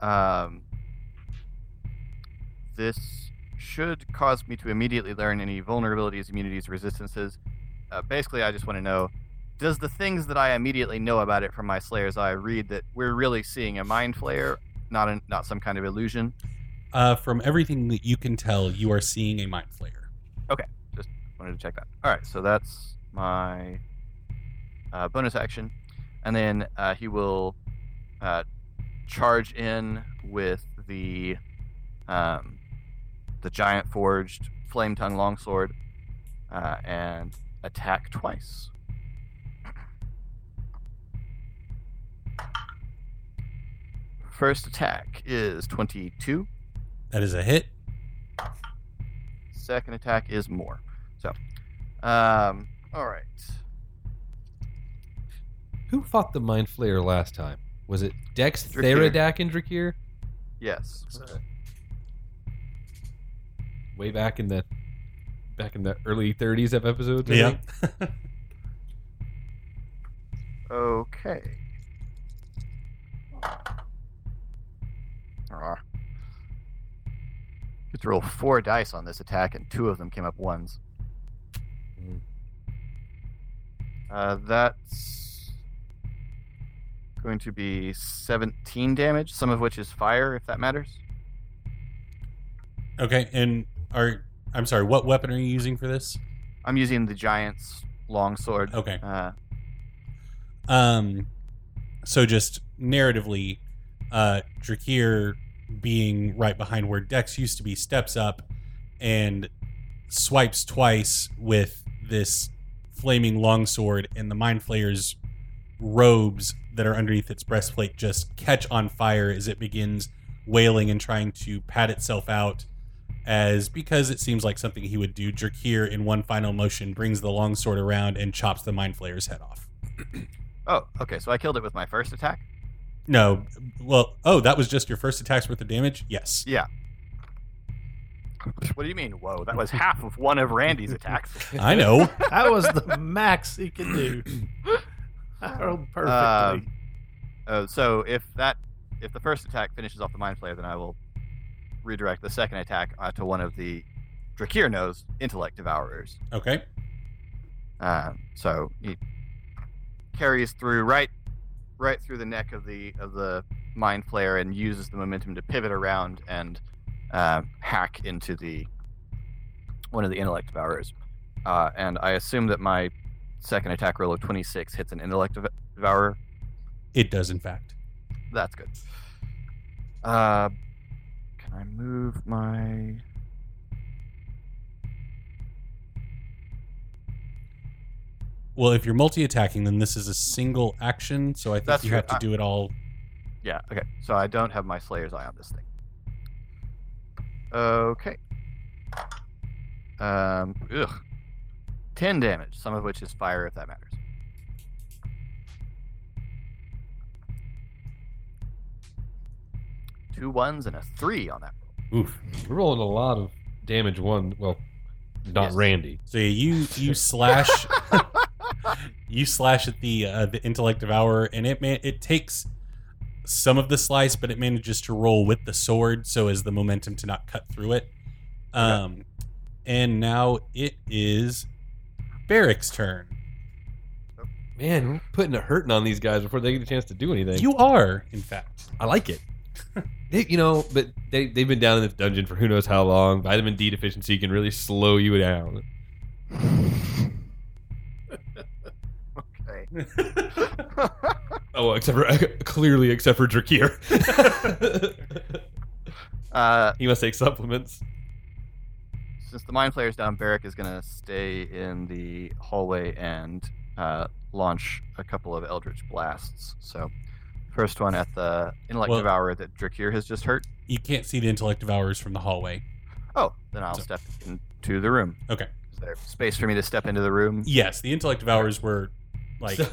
S4: Um. This should cause me to immediately learn any vulnerabilities, immunities, resistances. Uh, basically, I just want to know. Does the things that I immediately know about it from my Slayer's Eye read that we're really seeing a mind flayer, not an not some kind of illusion.
S1: Uh, from everything that you can tell, you are seeing a mind flayer.
S4: Wanted to check that. All right, so that's my uh, bonus action, and then uh, he will uh, charge in with the um, the giant forged flame tongue longsword uh, and attack twice. First attack is 22.
S1: That is a hit.
S4: Second attack is more. So, um, all right.
S6: Who fought the Mind Flayer last time? Was it Dex,
S4: Drakir.
S6: Theradak, and Drakir?
S4: Yes.
S6: Way back in the back in the early 30s of episodes. I think?
S4: Okay. Ah. Get to roll four dice on this attack, and two of them came up ones.
S6: Mm.
S4: Uh, that's going to be 17 damage, some of which is fire, if that matters.
S1: Okay, and are I'm sorry, what weapon are you using for this?
S4: I'm using the giant's longsword.
S1: Okay.
S4: Uh,
S1: Um, so just narratively, uh, Drakir, being right behind where Dex used to be, steps up and swipes twice with this flaming longsword, and the Mind Flayer's robes that are underneath its breastplate just catch on fire as it begins wailing and trying to pat itself out. As because it seems like something he would do, Drakir, in one final motion, brings the longsword around and chops the Mind Flayer's head off.
S4: oh, okay. So I killed it with my first attack.
S1: No. Well, oh, that was just your first attack's worth of damage? Yes.
S4: What do you mean? Whoa, that was half of one of Randy's attacks.
S1: I
S4: *laughs*
S1: know.
S5: That was the max he could do. I rolled perfectly.
S4: Um, Uh, so if that if the first attack finishes off the mind flayer, then I will redirect the second attack uh, to one of the Drakir knows intellect devourers.
S1: okay.
S4: Um, so he carries through right right through the neck of the of the mind flayer and uses the momentum to pivot around and uh, hack into the one of the intellect devourers. Uh, and I assume that my second attack roll of 26 hits an intellect dev- devourer.
S1: It does, in fact.
S4: That's good. Uh, can I move my?
S1: Well, if you're multi attacking, then this is a single action, so I think
S4: That's
S1: you
S4: true.
S1: have to
S4: I-
S1: do it all.
S4: Yeah. Okay. So I don't have my Slayer's Eye on this thing. Okay. Um. Ugh. Ten damage, some of which is fire, if that matters. Two ones and a three on that.
S6: Oof. We're rolling a lot of damage one. Well, not
S4: Yes.
S6: Randy.
S1: So you you
S4: *laughs*
S1: slash you slash at the uh, the intellect devourer, and it man it takes some of the slice, but it manages to roll with the sword, so as the momentum to not cut through it. Um, and now it is Barrick's turn.
S6: Man, we're putting a hurting on these guys before they get a chance to do anything.
S1: You are, in fact.
S6: I like it. they, you know, but they, they've been down in this dungeon for who knows how long. Vitamin D deficiency can really slow you down.
S4: Okay.
S6: *laughs* Oh, except for clearly, except for Drakir. *laughs*
S4: uh,
S6: he must take supplements.
S4: since the mind flayer's down, Barrick is going to stay in the hallway and uh, launch a couple of Eldritch blasts. So, first one at the Intellect
S1: Well-
S4: Devourer that Drakir has just hurt.
S1: You can't see the intellect devourers from the hallway.
S4: Oh, then I'll
S1: So-
S4: step into the room.
S1: Okay.
S4: Is there space for me to step into the room?
S1: Yes, the intellect devourers were like
S6: So-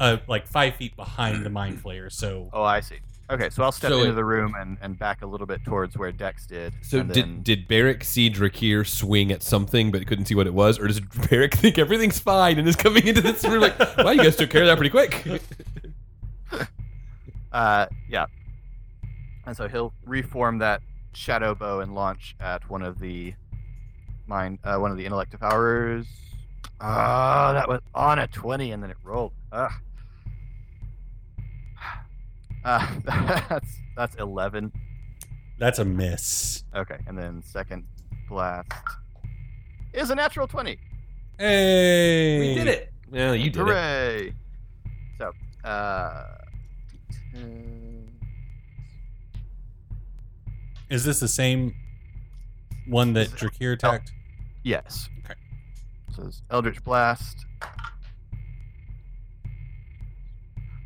S1: uh, like five feet behind the mind flayer. So
S4: Oh, I see. Okay, so I'll step
S6: So
S4: into
S6: it-
S4: the room and, and back a little bit towards where Dex did.
S6: *laughs* So
S4: and
S6: did
S4: then-
S6: did Barrick see Drakir swing at something but couldn't see what it was, or does Barrick think everything's fine and is coming into this room like, "Wow, you guys took care of that pretty quick."
S4: Uh, yeah. And so he'll reform that shadow bow and launch at one of the mine, uh, one of the intellect devourers. Ah, that was on a twenty, and then it rolled. Ah. Ugh. *sighs* Uh, *laughs* that's that's eleven.
S1: that's a miss.
S4: Okay, and then second blast is a natural twenty.
S1: Hey,
S6: it. Well, you did it.
S4: Hooray! So, uh, D10.
S1: Is this the same one that Drakir attacked?
S4: yes.
S1: Okay.
S4: So it's Eldritch Blast.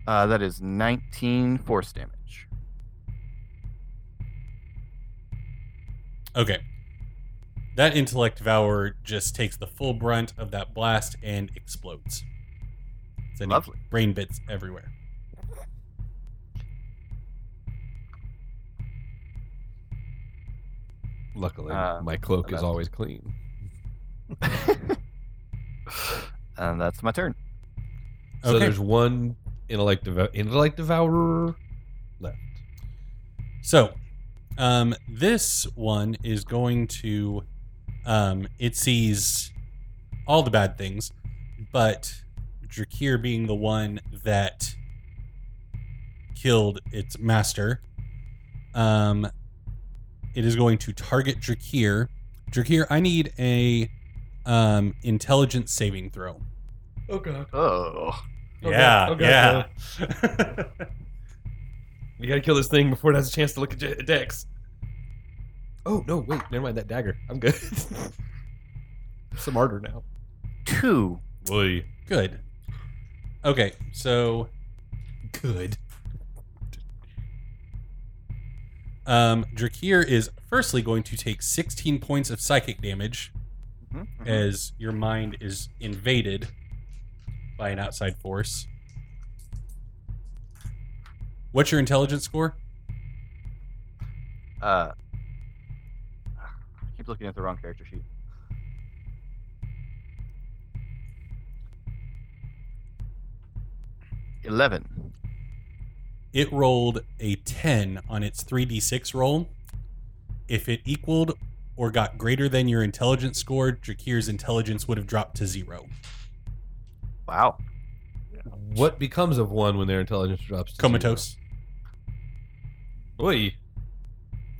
S4: Uh, that is 19 force damage.
S1: Okay. That intellect devourer just takes the full brunt of that blast and explodes. Sending
S4: Lovely.
S1: brain bits everywhere.
S6: Luckily,
S4: Uh,
S6: my cloak is
S4: that's-
S6: always clean.
S4: and that's my turn.
S6: So
S1: Okay.
S6: there's one intellect devou- intellect devourer left.
S1: So, um, this one is going to. Um, it sees all the bad things, but Drakir being the one that killed its master, um, it is going to target Drakir. Drakir, I need a um, intelligence saving throw.
S6: Oh god.
S4: Oh.
S1: yeah, yeah. *laughs*
S6: You gotta kill this thing before it has a chance to look at Je- at Dex. Oh no! Wait, never mind that dagger. I'm good. *laughs* I'm Smarter now.
S4: Two.
S6: Boy,
S1: Good. Okay, so good. Um, Drakir is firstly going to take 16 points of psychic damage
S4: Mhm, mhm.
S1: as your mind is invaded by an outside force. What's your intelligence score?
S4: Uh, I keep looking at the wrong character sheet. Eleven.
S1: It rolled a 10 on its 3d6 roll. If it equaled or got greater than your intelligence score, Drakir's intelligence would have dropped to zero.
S4: Wow.
S6: what becomes of one when their intelligence drops? to
S1: comatose.
S6: zero? Boy,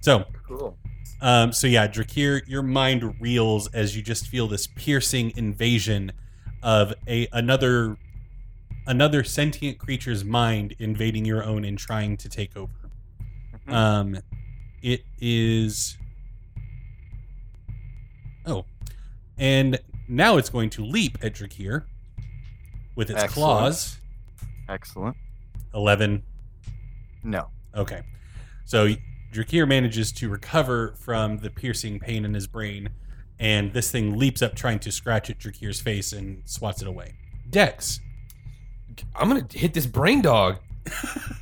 S1: So,
S4: Cool.
S1: um, so yeah, Drakir, your mind reels as you just feel this piercing invasion of a another another sentient creature's mind invading your own and trying to take over.
S4: Mhm.
S1: Um, it is. Oh, and now it's going to leap at Drakir with its
S4: Excellent.
S1: claws.
S4: Excellent.
S1: Eleven.
S4: No.
S1: Okay. So Drakir manages to recover from the piercing pain in his brain, and this thing leaps up trying to scratch at Drakir's face and swats it away. Dex.
S6: I'm gonna hit this brain dog. *laughs*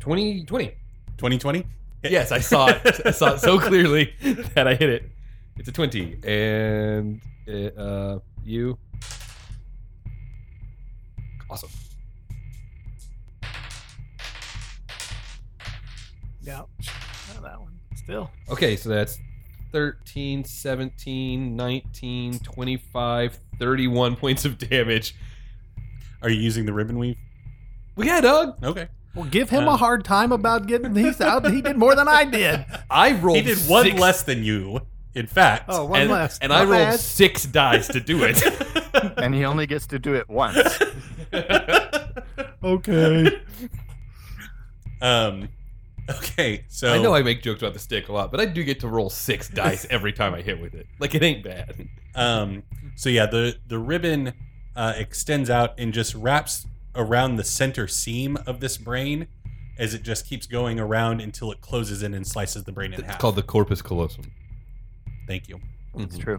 S6: 20, 20.
S1: 2020?
S6: *laughs* Yes, I saw it. I saw it so *laughs* clearly that I hit it. It's a 20. And uh, uh, you. Awesome.
S5: Yeah, not that one. Still,
S6: Okay, so that's 13, 17, 19, 25, 31 points of damage.
S1: Are you using the ribbon weave?
S6: Well, yeah, dog.
S1: Okay.
S5: well, give him
S1: Uh.
S5: a hard time about getting. He's out. He did more than I did.
S6: I rolled.
S1: He did one
S6: six-
S1: less than you, in fact.
S5: Oh, one
S6: and,
S5: less.
S6: And
S5: Not
S6: I rolled
S5: bad.
S6: six dice to do *laughs* it.
S4: And he only gets to do it once.
S5: *laughs* Okay.
S1: *laughs* Um, okay, so.
S6: I know I make jokes about the stick a lot, but I do get to roll six dice every time I hit with it. Like it ain't bad.
S1: Um, so yeah, the the ribbon uh, extends out and just wraps around the center seam of this brain as it just keeps going around until it closes in and slices the brain in half.
S6: It's called the corpus callosum.
S1: Thank you.
S4: It's true.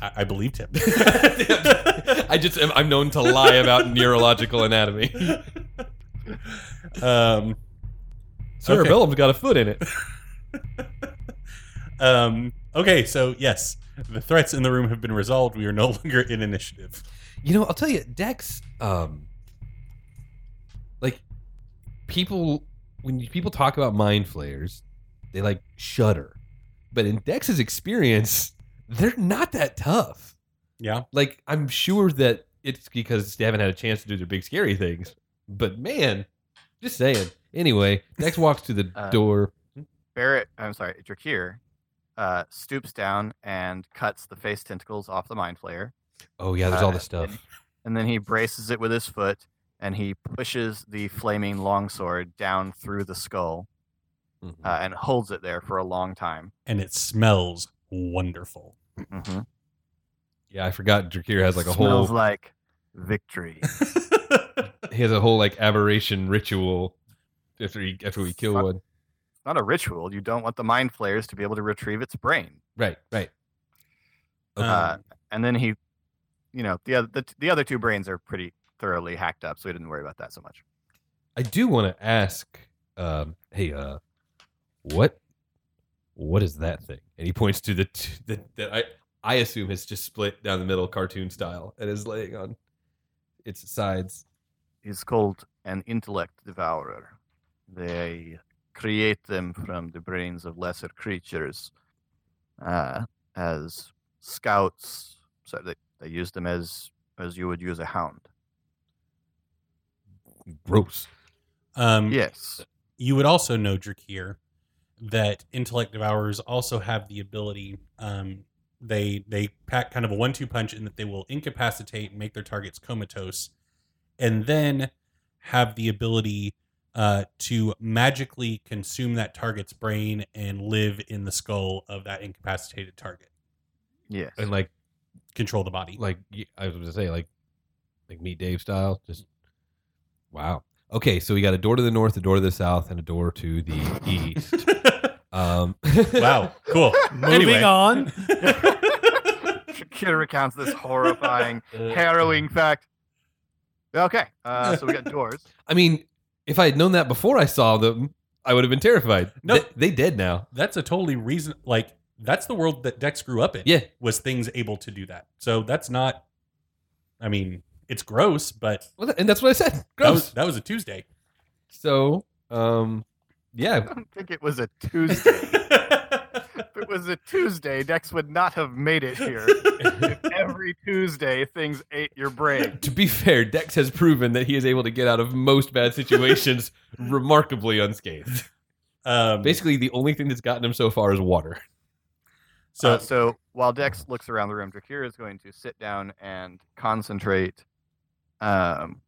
S1: I, I believed him. *laughs*
S6: I just am, I'm known to lie *laughs* about neurological anatomy.
S1: um, Okay.
S6: Cerebellum's got a foot in it.
S1: um, okay, so yes, the threats in the room have been resolved. We are no *laughs* longer in initiative.
S6: You know, I'll tell you, Dex, um, like people when you, people talk about mind flayers, they like shudder. But in Dex's experience, they're not that tough.
S1: Yeah.
S6: Like I'm sure that it's because they haven't had a chance to do their big scary things. But man, just saying. Anyway, Dex walks to the
S4: Uh,
S6: door.
S4: Barrett, I'm sorry, Drakir, uh, stoops down and cuts the face tentacles off the mind flayer.
S6: Oh yeah, there's all
S4: uh,
S6: the stuff.
S4: and then he braces it with his foot and he pushes the flaming longsword down through the skull
S6: Mhm.
S4: uh, and holds it there for a long time.
S1: And it smells wonderful.
S4: Mm-hmm.
S6: yeah, I forgot. Drakir has like a whole
S4: smells like victory.
S1: Um,
S6: he has a whole like aberration ritual after he after we kill
S4: Fuck.
S6: one.
S4: Not a ritual. You don't want the mind flayers to be able to retrieve its brain.
S6: Right, right. Okay.
S4: Uh, and then he, you know, the other the, the other two brains are pretty thoroughly hacked up, so we didn't worry about that so much.
S6: I do want to ask, um, hey, uh, what, what is that thing? And he points to the t- that that I I assume has just split down the middle, cartoon style, and is laying on its sides.
S4: is called an intellect devourer. They create them from the brains of lesser creatures uh, as scouts. So they, they use them as as you would use a hound.
S6: Gross.
S1: um,
S4: Yes.
S1: You would also know, Drakir, that intellect devourers also have the ability. Um, they they pack kind of a one-two punch in that they will incapacitate and make their targets comatose, and then have the ability uh, to magically consume that target's brain and live in the skull of that incapacitated target.
S4: Yes.
S6: And like
S1: Control the body.
S6: like y- I was going to say like like meet Dave style. Just wow. Okay, so we got a door to the north, a door to the south, and a door to the
S1: *laughs*
S6: east. Um,
S1: *laughs* wow, cool.
S5: Moving
S1: Anyway.
S5: on.
S4: *laughs* Shakira recounts this
S1: *laughs*
S4: horrifying, *laughs* harrowing fact. Okay, uh, so we got doors.
S6: *laughs* I mean, if I had known that before I saw them, I would have been terrified.
S1: No.
S6: they, they dead now.
S1: that's a totally reason. Like that's the world that Dex grew up in.
S6: Yeah,
S1: was things able to do that. So that's not. I mean, it's gross, but
S6: well, th- and that's what I said.
S1: that was,
S6: Gross.
S1: that was a Tuesday.
S6: So, um, yeah,
S4: I don't think it was a Tuesday. if it was a Tuesday, Dex would not have made it here. If every Tuesday, things ate your brain.
S6: to be fair, Dex has proven that he is able to get out of
S1: *laughs*
S6: most bad situations remarkably unscathed.
S1: *laughs* um,
S6: Basically, the only thing that's gotten him so far is water.
S1: so
S4: Uh, so while Dex looks around the room, Drakir is going to sit down and concentrate um,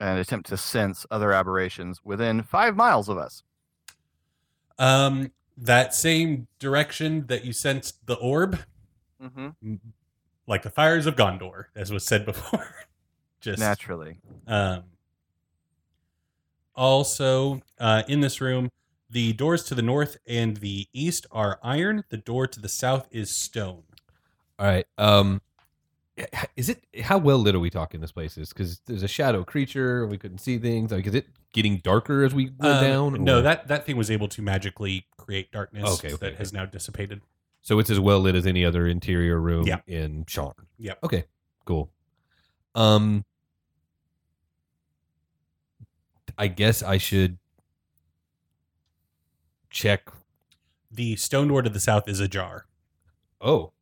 S4: and attempt to sense other aberrations within five miles of us.
S1: um, that same direction that you sensed the orb,
S4: Mm-hmm.
S1: like the fires of Gondor, as was said before. *laughs* Just
S4: Naturally.
S1: Um, also, uh, in this room, the doors to the north and the east are iron. The door to the south is stone.
S6: All right. Um, is it how well lit are we talking this place is? Because there's a shadow creature. We couldn't see things. Like, is it getting darker as we go
S1: Um,
S6: down?
S1: No,
S6: or-
S1: that that thing was able to magically create darkness
S6: Okay, okay,
S1: that
S6: okay.
S1: has now dissipated.
S6: So it's as well lit as any other interior room
S1: Yeah.
S6: in Sharn.
S1: Yep.
S6: Okay. Cool. Um I guess I should check
S1: The stone door to the south is ajar.
S6: oh.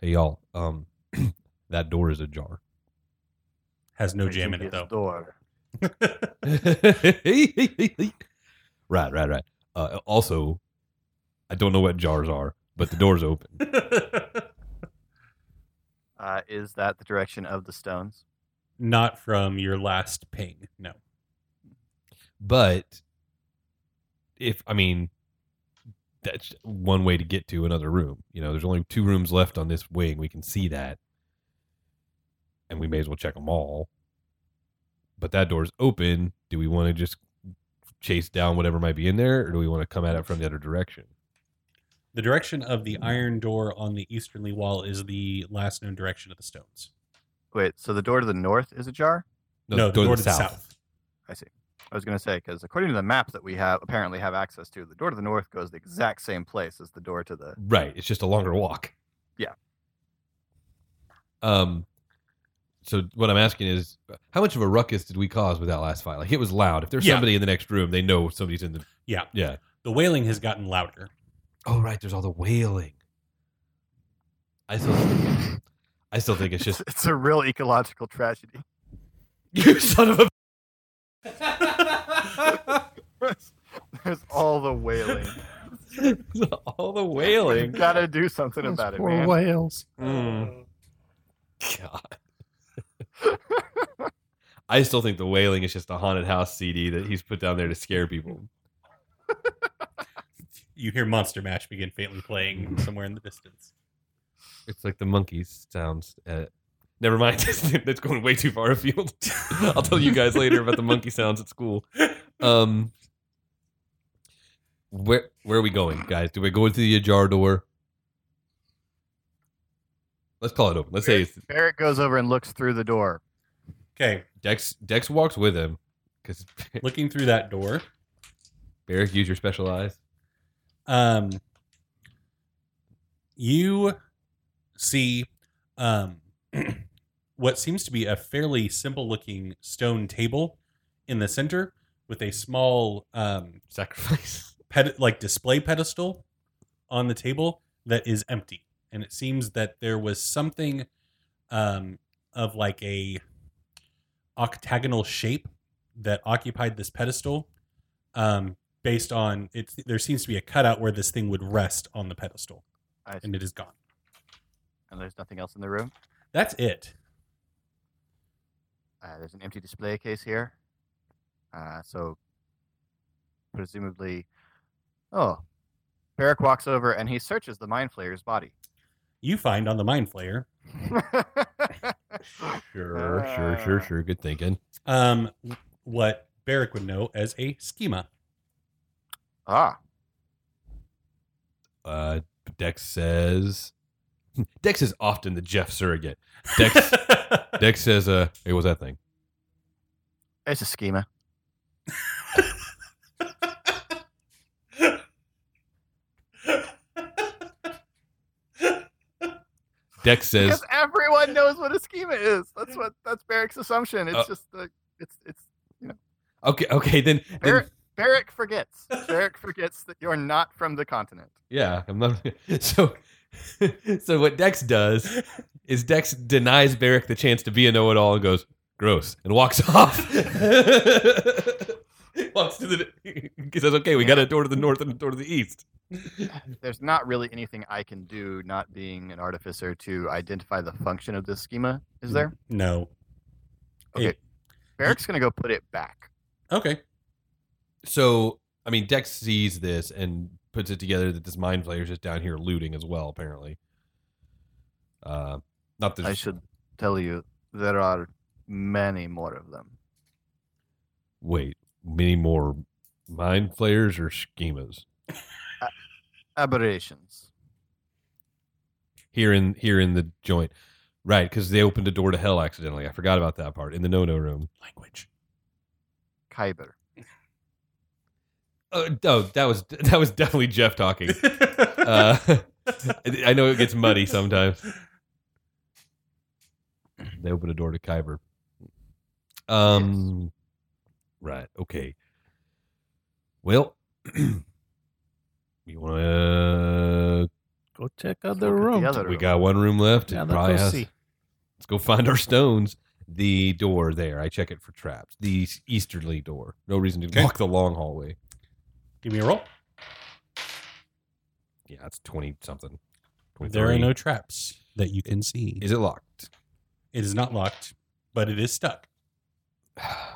S6: Hey y'all. Um *clears throat* that door is ajar.
S1: Has no
S4: I
S1: jam in
S4: think
S1: it
S4: it's
S1: though.
S4: Door.
S6: *laughs* right, right, right. Uh, also, I don't know what jars are, but the door's open.
S4: Uh, is that the direction of the stones?
S1: *laughs* Not from your last ping. No.
S6: but if I mean that's one way to get to another room. You know, there's only two rooms left on this wing. We can see that, and we may as well check them all. But that door's open. Do we want to just chase down whatever might be in there, or do we want to come at it from the other direction?
S1: The direction of the iron door on the easterly wall is the last known direction of the stones.
S4: Wait, so the door to the north is ajar?
S1: No, the door to the south.
S4: I see. I was going to say because according to the map that we have apparently have access to, the door to the north goes the exact same place as the door to the.
S6: Right. It's just a longer walk.
S4: Yeah.
S6: Um. So what I'm asking is, how much of a ruckus did we cause with that last fight? Like it was loud. If there's
S1: Yeah.
S6: somebody in the next room, they know somebody's in the.
S1: Yeah.
S6: Yeah.
S1: The wailing has gotten louder.
S6: Oh right. There's all the wailing. I still. I still think it's just
S4: *laughs*
S6: *laughs*
S4: It's a real ecological tragedy. *laughs*
S6: you, son of a. *laughs*
S4: There's all the wailing.
S6: all the wailing.
S4: Gotta do something
S5: Those
S4: about it,
S5: poor
S4: man.
S5: whales.
S6: Mm. God. *laughs* I still think the wailing is just a haunted house CD that he's put down there to scare people.
S1: You hear Monster Mash begin faintly playing somewhere in the distance.
S6: It's like the monkeys sounds. Uh, never mind. *laughs* That's going way too far afield. *laughs* I'll tell you guys later about the monkey sounds at school. Um, where where are we going, guys? Do we go through the ajar door? Let's call it open. Let's say it's
S4: Barrett goes over and looks through the door.
S1: Okay,
S6: Dex. Dex walks with him *laughs* because
S1: looking through that door,
S6: Barrick, use your special eyes.
S1: um, you see um, *clears throat* what seems to be a fairly simple-looking stone table in the center with a small um,
S6: Sacrifice.
S1: ped- like display pedestal on the table that is empty and it seems that there was something um, of like a octagonal shape that occupied this pedestal um, based on it there seems to be a cutout where this thing would rest on the pedestal
S4: I
S1: and it is gone
S4: And there's nothing else in the room.
S1: that's it
S4: Uh, there's an empty display case here. Uh, so, presumably, oh, Barrick walks over and he searches the mind flayer's body.
S1: you find on the mind flayer
S6: Sure, sure, sure, sure. Good thinking.
S1: um, what Barrick would know as a schema *laughs*
S4: ah,
S6: Uh, Dex says. *laughs* Dex is often the Jeff surrogate. Dex Dex says, "Uh, hey, what's that thing?"
S4: it's a schema.
S6: Dex
S4: *laughs*
S6: says,
S4: Because everyone knows what a schema is. That's what that's Barrick's assumption. It's
S6: Uh,
S4: just the it's it's
S6: "Okay, okay, then, then
S4: Barrick, Barrick forgets. Barrick forgets that you're not from the continent.
S6: yeah, I'm not." *laughs* So, so what Dex does is Dex denies Barrick the chance to be a know-it-all and goes, "Gross," and walks *laughs* off. walks to the. *laughs* He says, "Okay, we got a door to the north and a door to the east."
S4: There's not really anything I can do, not being an artificer, to identify the function of this schema. Is there?
S1: no
S4: Okay.
S1: It-
S4: Barrick's gonna go put it back.
S1: okay
S6: So, I mean, Dex sees this and puts it together that this mind player is just down here looting as well, apparently. Uh, not that
S4: I should tell you there are many more of them.
S6: wait, many more mind flayers or schemas
S4: Aberrations.
S6: here in here in the joint, right? Because they opened a door to hell accidentally. I forgot about that part in the no no room.
S1: language
S4: Kyber.
S6: Uh, no, that was *laughs* that was definitely
S1: *laughs*
S6: Jeff talking. Uh, I know it gets muddy sometimes. They open a door to Kyber. Um, right. Okay. Well, *clears throat* you want to?
S5: Go check out
S4: Let's
S5: the
S4: look at
S5: room.
S4: other
S6: We
S4: room.
S6: got one room left. It
S5: Yeah, let's
S6: probably
S5: go
S6: has-
S5: see.
S6: Let's go find our stones. The door there. I check it for traps. The easterly door. No reason to
S1: Okay.
S6: walk the long hallway.
S1: give me a roll
S6: Yeah, it's twenty something.
S1: There are
S6: 23.
S1: no traps that you can see.
S6: Is it locked? *sighs*
S1: It is not locked, but it is stuck.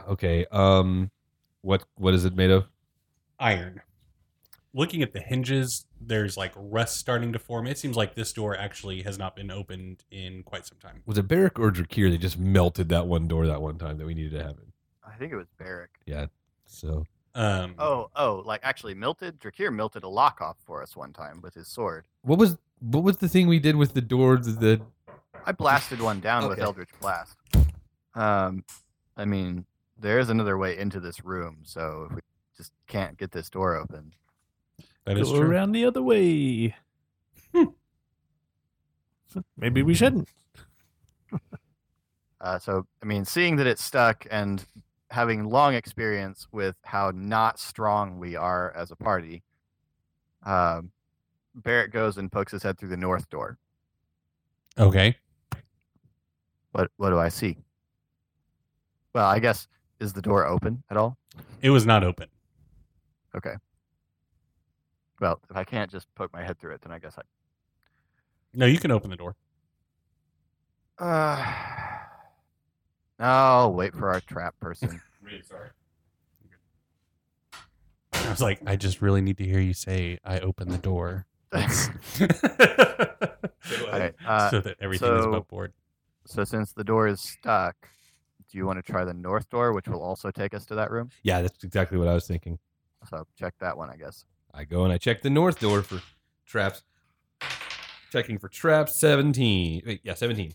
S6: okay. Um, what what is it made of?
S1: Iron. Looking at the hinges, there's like rust starting to form. It seems like this door actually has not been opened in quite some time.
S6: Was it Barrick or Drakir that just melted that one door that one time that we needed to have it?
S4: I think it was Barrick.
S6: So
S1: Um,
S4: Oh, oh, like actually melted. Drakir melted a lock off for us one time with his sword.
S6: What was what was the thing we did with the door? The, the
S4: I blasted one down with
S6: Okay.
S4: Eldritch Blast. Um, I mean, there is another way into this room, so if we just can't get this door open.
S1: that
S5: Go
S1: is true.
S5: around the other way. *laughs* Maybe
S6: Mm-hmm.
S5: we shouldn't.
S4: Uh, so, I mean, seeing that it's stuck and having long experience with how not strong we are as a party, um, Barrett goes and pokes his head through the north door.
S1: Okay.
S4: What What do I see? Well, I guess is the door open at all?
S1: It was not open.
S4: Well, if I can't just poke my head through it, then I guess I.
S1: No, you can open the door.
S4: Uh, *sighs* no, wait for our trap person. *laughs*
S1: Really sorry. I was like, I just really need to hear you say, I open the
S6: *laughs*
S1: door. That's-
S4: Okay, uh,
S1: so that everything is
S4: so-
S1: above board.
S4: so since the door is stuck, do you want to try the north door, which will also take us to that room?
S6: yeah, that's exactly what I was thinking.
S4: So check that one, I guess.
S6: I go and I check the north door for traps. Checking for traps. Seventeen. Wait, yeah, seventeen.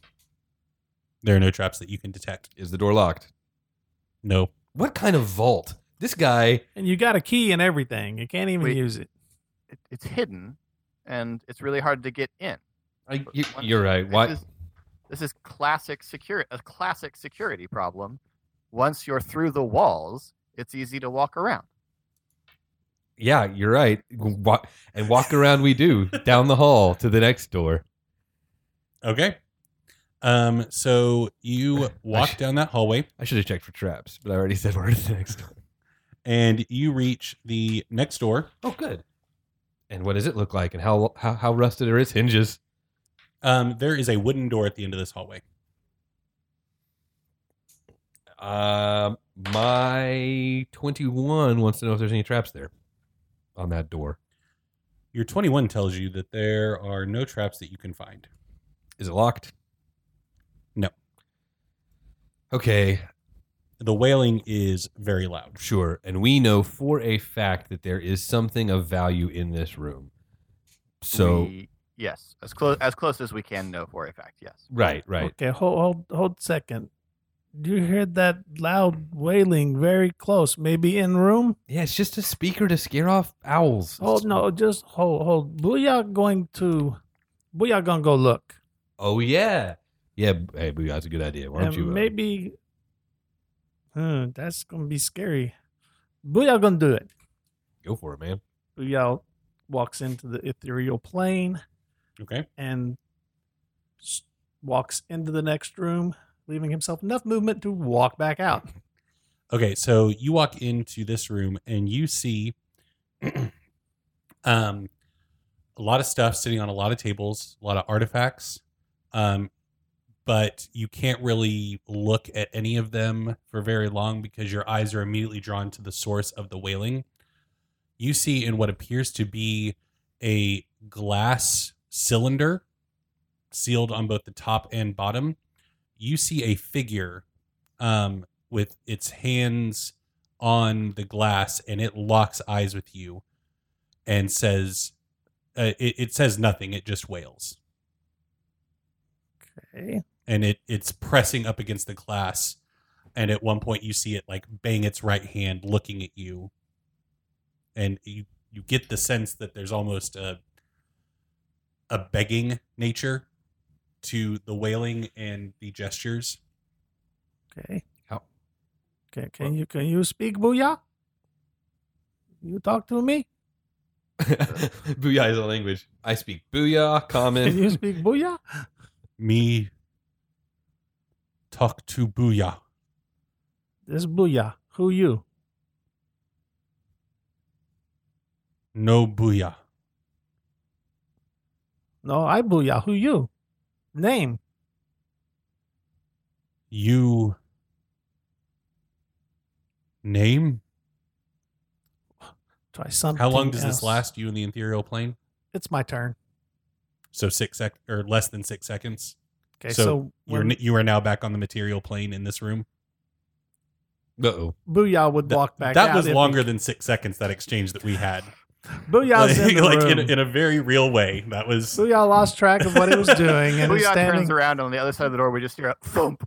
S1: There are no traps that you can detect.
S6: Is the door locked?
S1: No.
S6: What kind of vault? This guy.
S5: And you got a key and everything. You can't even
S4: Wait.
S5: use it.
S4: It, it's hidden, and it's really hard to get in.
S6: I, you, you're right.
S4: This
S6: Why?
S4: is- this is classic security. A classic security problem. Once you're through the walls, it's easy to walk around.
S6: Yeah, you're right. Wa- And walk around we do down the hall to the next door.
S1: Okay. Um, so you walk down that hallway
S6: I should have checked for traps, but I already said we're to the next door.
S1: and you reach the next door.
S6: Oh, good. And what does it look like? And how how, how rusted are its hinges?
S1: Um, there is a wooden door at the end of this hallway.
S6: Um, my twenty-one wants to know if there's any traps there on that door.
S1: Your 21 tells you that there are no traps that you can find.
S6: Is it locked?
S1: No.
S6: Okay,
S1: The wailing is very loud.
S6: sure. And we know for a fact that there is something of value in this room. So
S4: We- yes, as close as close as we can know for a fact. Yes.
S6: right, right.
S5: Okay, hold hold hold second. You heard that loud wailing very close. Maybe in room.
S6: Yeah, it's just a speaker to scare off owls.
S5: Hold no, just hold hold. Booyah going to. Booyah gonna go look.
S6: Oh yeah, yeah. b- Hey, Booyah, that's a good idea. Why don't
S5: And
S6: you? uh,
S5: maybe. Hmm, that's gonna be scary. Booyah gonna do it.
S6: go for it, man.
S5: Booyah walks into the ethereal plane
S1: Okay.
S5: and s- walks into the next room, leaving himself enough movement to walk back out.
S1: Okay, so you walk into this room and you see *clears throat* um a lot of stuff sitting on a lot of tables, a lot of artifacts. Um but you can't really look at any of them for very long because your eyes are immediately drawn to the source of the wailing. You see in what appears to be a glass cylinder sealed on both the top and bottom. You see a figure um with its hands on the glass and it locks eyes with you and says uh, it, it says nothing it just wails
S5: Okay.
S1: and it it's pressing up against the glass and at one point you see it like bang its right hand looking at you and you you get the sense that there's almost a a begging nature to the wailing and the gestures
S5: Okay.
S6: How-
S5: Okay. Can you can you speak Booyah? You talk to me.
S6: *laughs* Booyah is a language. I speak Booyah.
S5: Can *laughs* you
S6: Common.
S5: speak Booyah?
S1: me talk to booyah
S5: This is Booyah. Who you?
S1: no booyah
S5: No, I Booyah. Who you? Name.
S1: You name?
S5: Try something.
S1: How long does this
S5: else.
S1: last? You in the ethereal plane?
S5: It's my turn.
S1: So six sec or less than six seconds.
S5: Okay.
S1: So
S5: So,
S1: You're
S5: when-
S1: n- you are now back on the material plane in this room.
S5: *laughs*
S6: Uh-oh. *laughs*
S5: Booyah would
S1: Th-
S5: walk back
S1: that
S5: out
S1: was
S5: if he-
S1: longer than six seconds that exchange that we
S5: *laughs*
S1: had *laughs*
S5: Booyah's in
S1: like,
S5: the
S1: like
S5: room.
S1: in, in a very real way that was
S5: Booyah lost track of what
S1: *laughs*
S5: he was doing and is
S4: Booyah
S5: standing.
S4: turns around and on the other side of the door. We just hear a thump.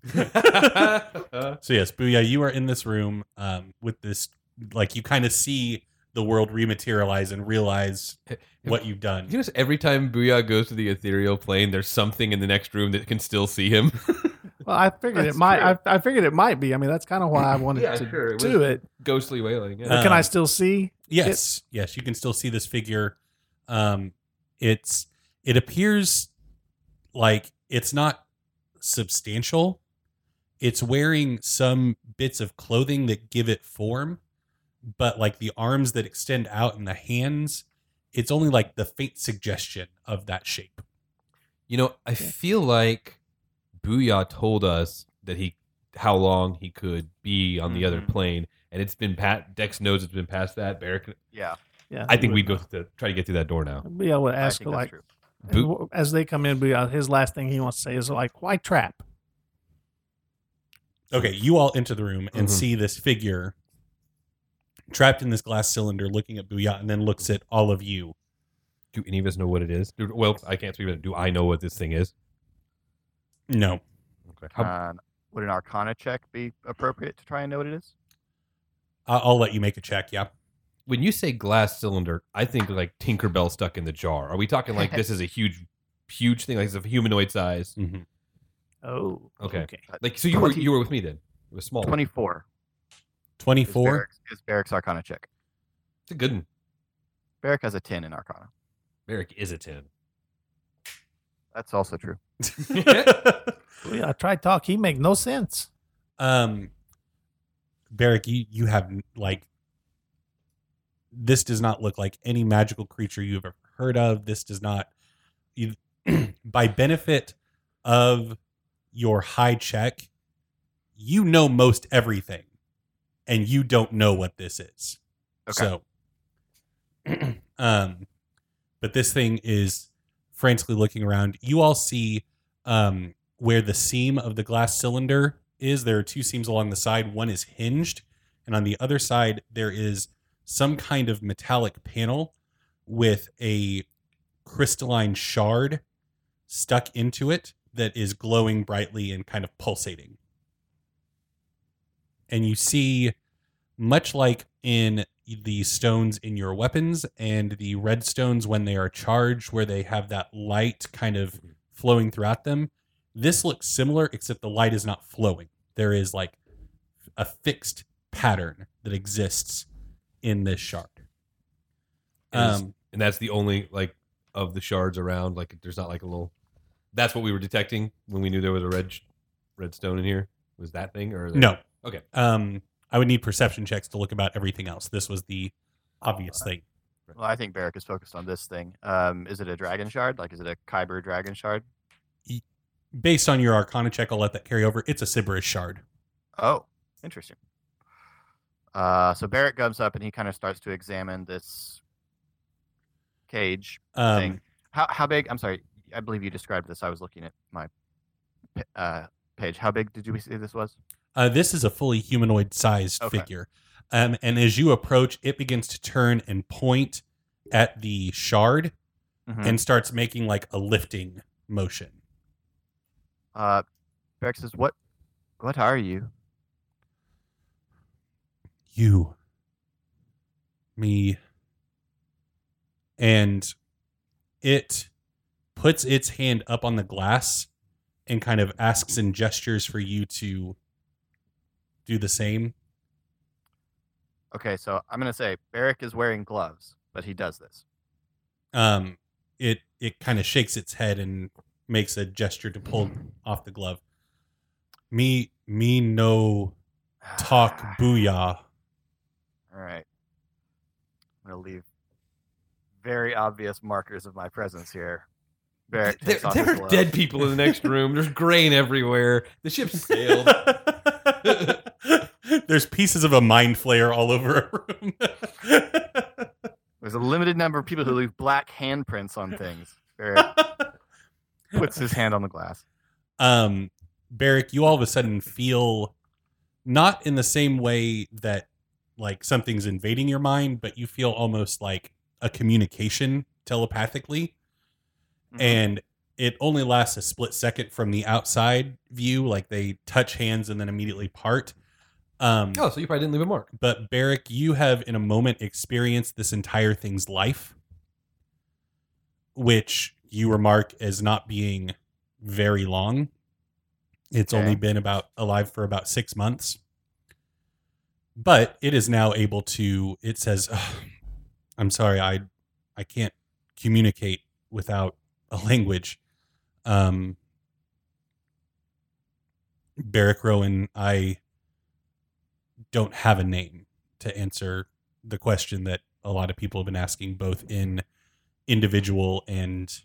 S1: so yes booyah you are in this room um with this like you kind of see the world rematerialize and realize what you've done
S6: You notice every time Booyah goes to the ethereal plane, there's something in the next room that can still see him.
S5: Well, I figured it
S4: That's
S5: might. I,
S4: true.
S5: I figured it might be. I mean, that's kind of why I wanted
S6: Yeah,
S5: to
S6: sure, it
S5: do
S6: was-
S5: it.
S6: Ghostly wailing. Yeah.
S5: But can I
S1: Um,
S5: still see?
S1: Yes, yes, you can still see this figure. Um, it's it appears like it's not substantial. It's wearing some bits of clothing that give it form, but like the arms that extend out and the hands, it's only like the faint suggestion of that shape.
S6: You know, I feel like Booyah told us that he how long he could be on the other
S4: Mhm.
S6: plane, and it's been pat. Dex knows it's been past that. Barrick,
S4: Yeah,
S5: Yeah,
S6: I think we go to try to get through that door now.
S5: Booyah would
S4: I
S5: ask
S4: think that's
S5: like
S4: true.
S6: Boo-
S5: as they come in. Booyah, his last thing he wants to say is like, "Why trap?"
S1: Okay, you all enter the room and
S6: Mhm.
S1: see this figure trapped in this glass cylinder looking at Booyah and then looks at all of you.
S6: Do any of us know what it is? Do- Well, I can't speak. About it. Do I know what this thing is?
S1: No.
S6: Okay.
S4: Uh, would an Arcana check be appropriate to try and know what it is?
S1: I- I'll let you make a check. Yeah.
S6: when you say glass cylinder, I think like Tinkerbell stuck in the jar. Are we talking like this is a huge, huge thing? Like it's a humanoid *laughs* size?
S5: Oh,
S6: Okay.
S5: okay.
S6: Like so you were
S4: Twenty-
S6: you were with me then. It was small.
S4: Twenty-four. is
S1: 24.
S4: Barrick's- Is Barrick's Arcana check?
S6: It's a good one.
S4: Barrick has a ten in Arcana.
S6: Merrick is a ten.
S4: That's also true.
S1: *laughs*
S5: Booyah, try talk. He make no sense.
S1: um, Barrick, you, you have like, this does not look like any magical creature you've ever heard of. This does not, you, *clears throat* by benefit of your high check, you know most everything and you don't know what this is.
S4: Okay.
S1: So, *clears throat* um, but this thing is frantically looking around. You all see um, where the seam of the glass cylinder is. There are two seams along the side. One is hinged, and on the other side there is some kind of metallic panel with a crystalline shard stuck into it that is glowing brightly and kind of pulsating. And you see much like in the stones in your weapons and the red stones when they are charged, where they have that light kind of flowing throughout them, this looks similar, except the light is not flowing. There is like a fixed pattern that exists in this shard.
S6: Is-
S1: Um,
S6: and that's the only like of the shards around. Like there's not like a little. That's what we were detecting when we knew there was a red sh- red stone in here. Was that thing or
S1: no.
S6: Okay.
S1: Um, I would need perception checks to look about everything else. This was the obvious thing.
S4: Well, I think Barrick is focused on this thing. Um, is it a dragon shard? Like, is it a Kyber dragon shard?
S1: Based on your Arcana check, I'll let that carry over. It's a Sybaris shard.
S4: Oh, interesting. Uh, so Barrett comes up and he kind of starts to examine this cage
S1: Um,
S4: thing. How how big? I'm sorry, I believe you described this. I was looking at my p- uh, page. How big did you say this was?
S1: Uh, this is a fully humanoid sized
S4: Okay.
S1: figure. Um, and as you approach, it begins to turn and point at the shard
S4: Mhm.
S1: and starts making like a lifting motion.
S4: Uh, Barrett says, "What what are you?
S1: You, me, and it puts its hand up on the glass and kind of asks and gestures for you to do the same.
S4: Okay, so I'm gonna say Barrick is wearing gloves, but he does this.
S1: um it it kind of shakes its head and makes a gesture to pull off the glove me me no talk booyah
S4: Ah, All right. I'm going to leave very obvious markers of my presence here. Barrett
S6: There,
S4: takes off
S6: there
S4: his
S6: are
S4: glove.
S6: dead people in the next room. There's grain everywhere.
S1: *laughs*
S6: The ship sailed.
S1: there's pieces of a mind flayer all over a room *laughs*
S4: There's a limited number of people who leave black handprints on things. Barrett puts his hand on the glass.
S1: um barrick you all of a sudden feel not in the same way that like something's invading your mind, but you feel almost like a communication telepathically
S4: Mhm.
S1: and it only lasts a split second from the outside view like they touch hands and then immediately part um
S6: Oh, so you probably didn't leave a mark.
S1: but Barrick, you have in a moment experienced this entire thing's life, which you remark as not being very long. It's
S4: Okay.
S1: only been about alive for about six months, but it is now able to. It says, "Ugh, "I'm sorry, I, I can't communicate without a language." Um, Barrick Rowan, I don't have a name to answer the question that a lot of people have been asking, both in individual and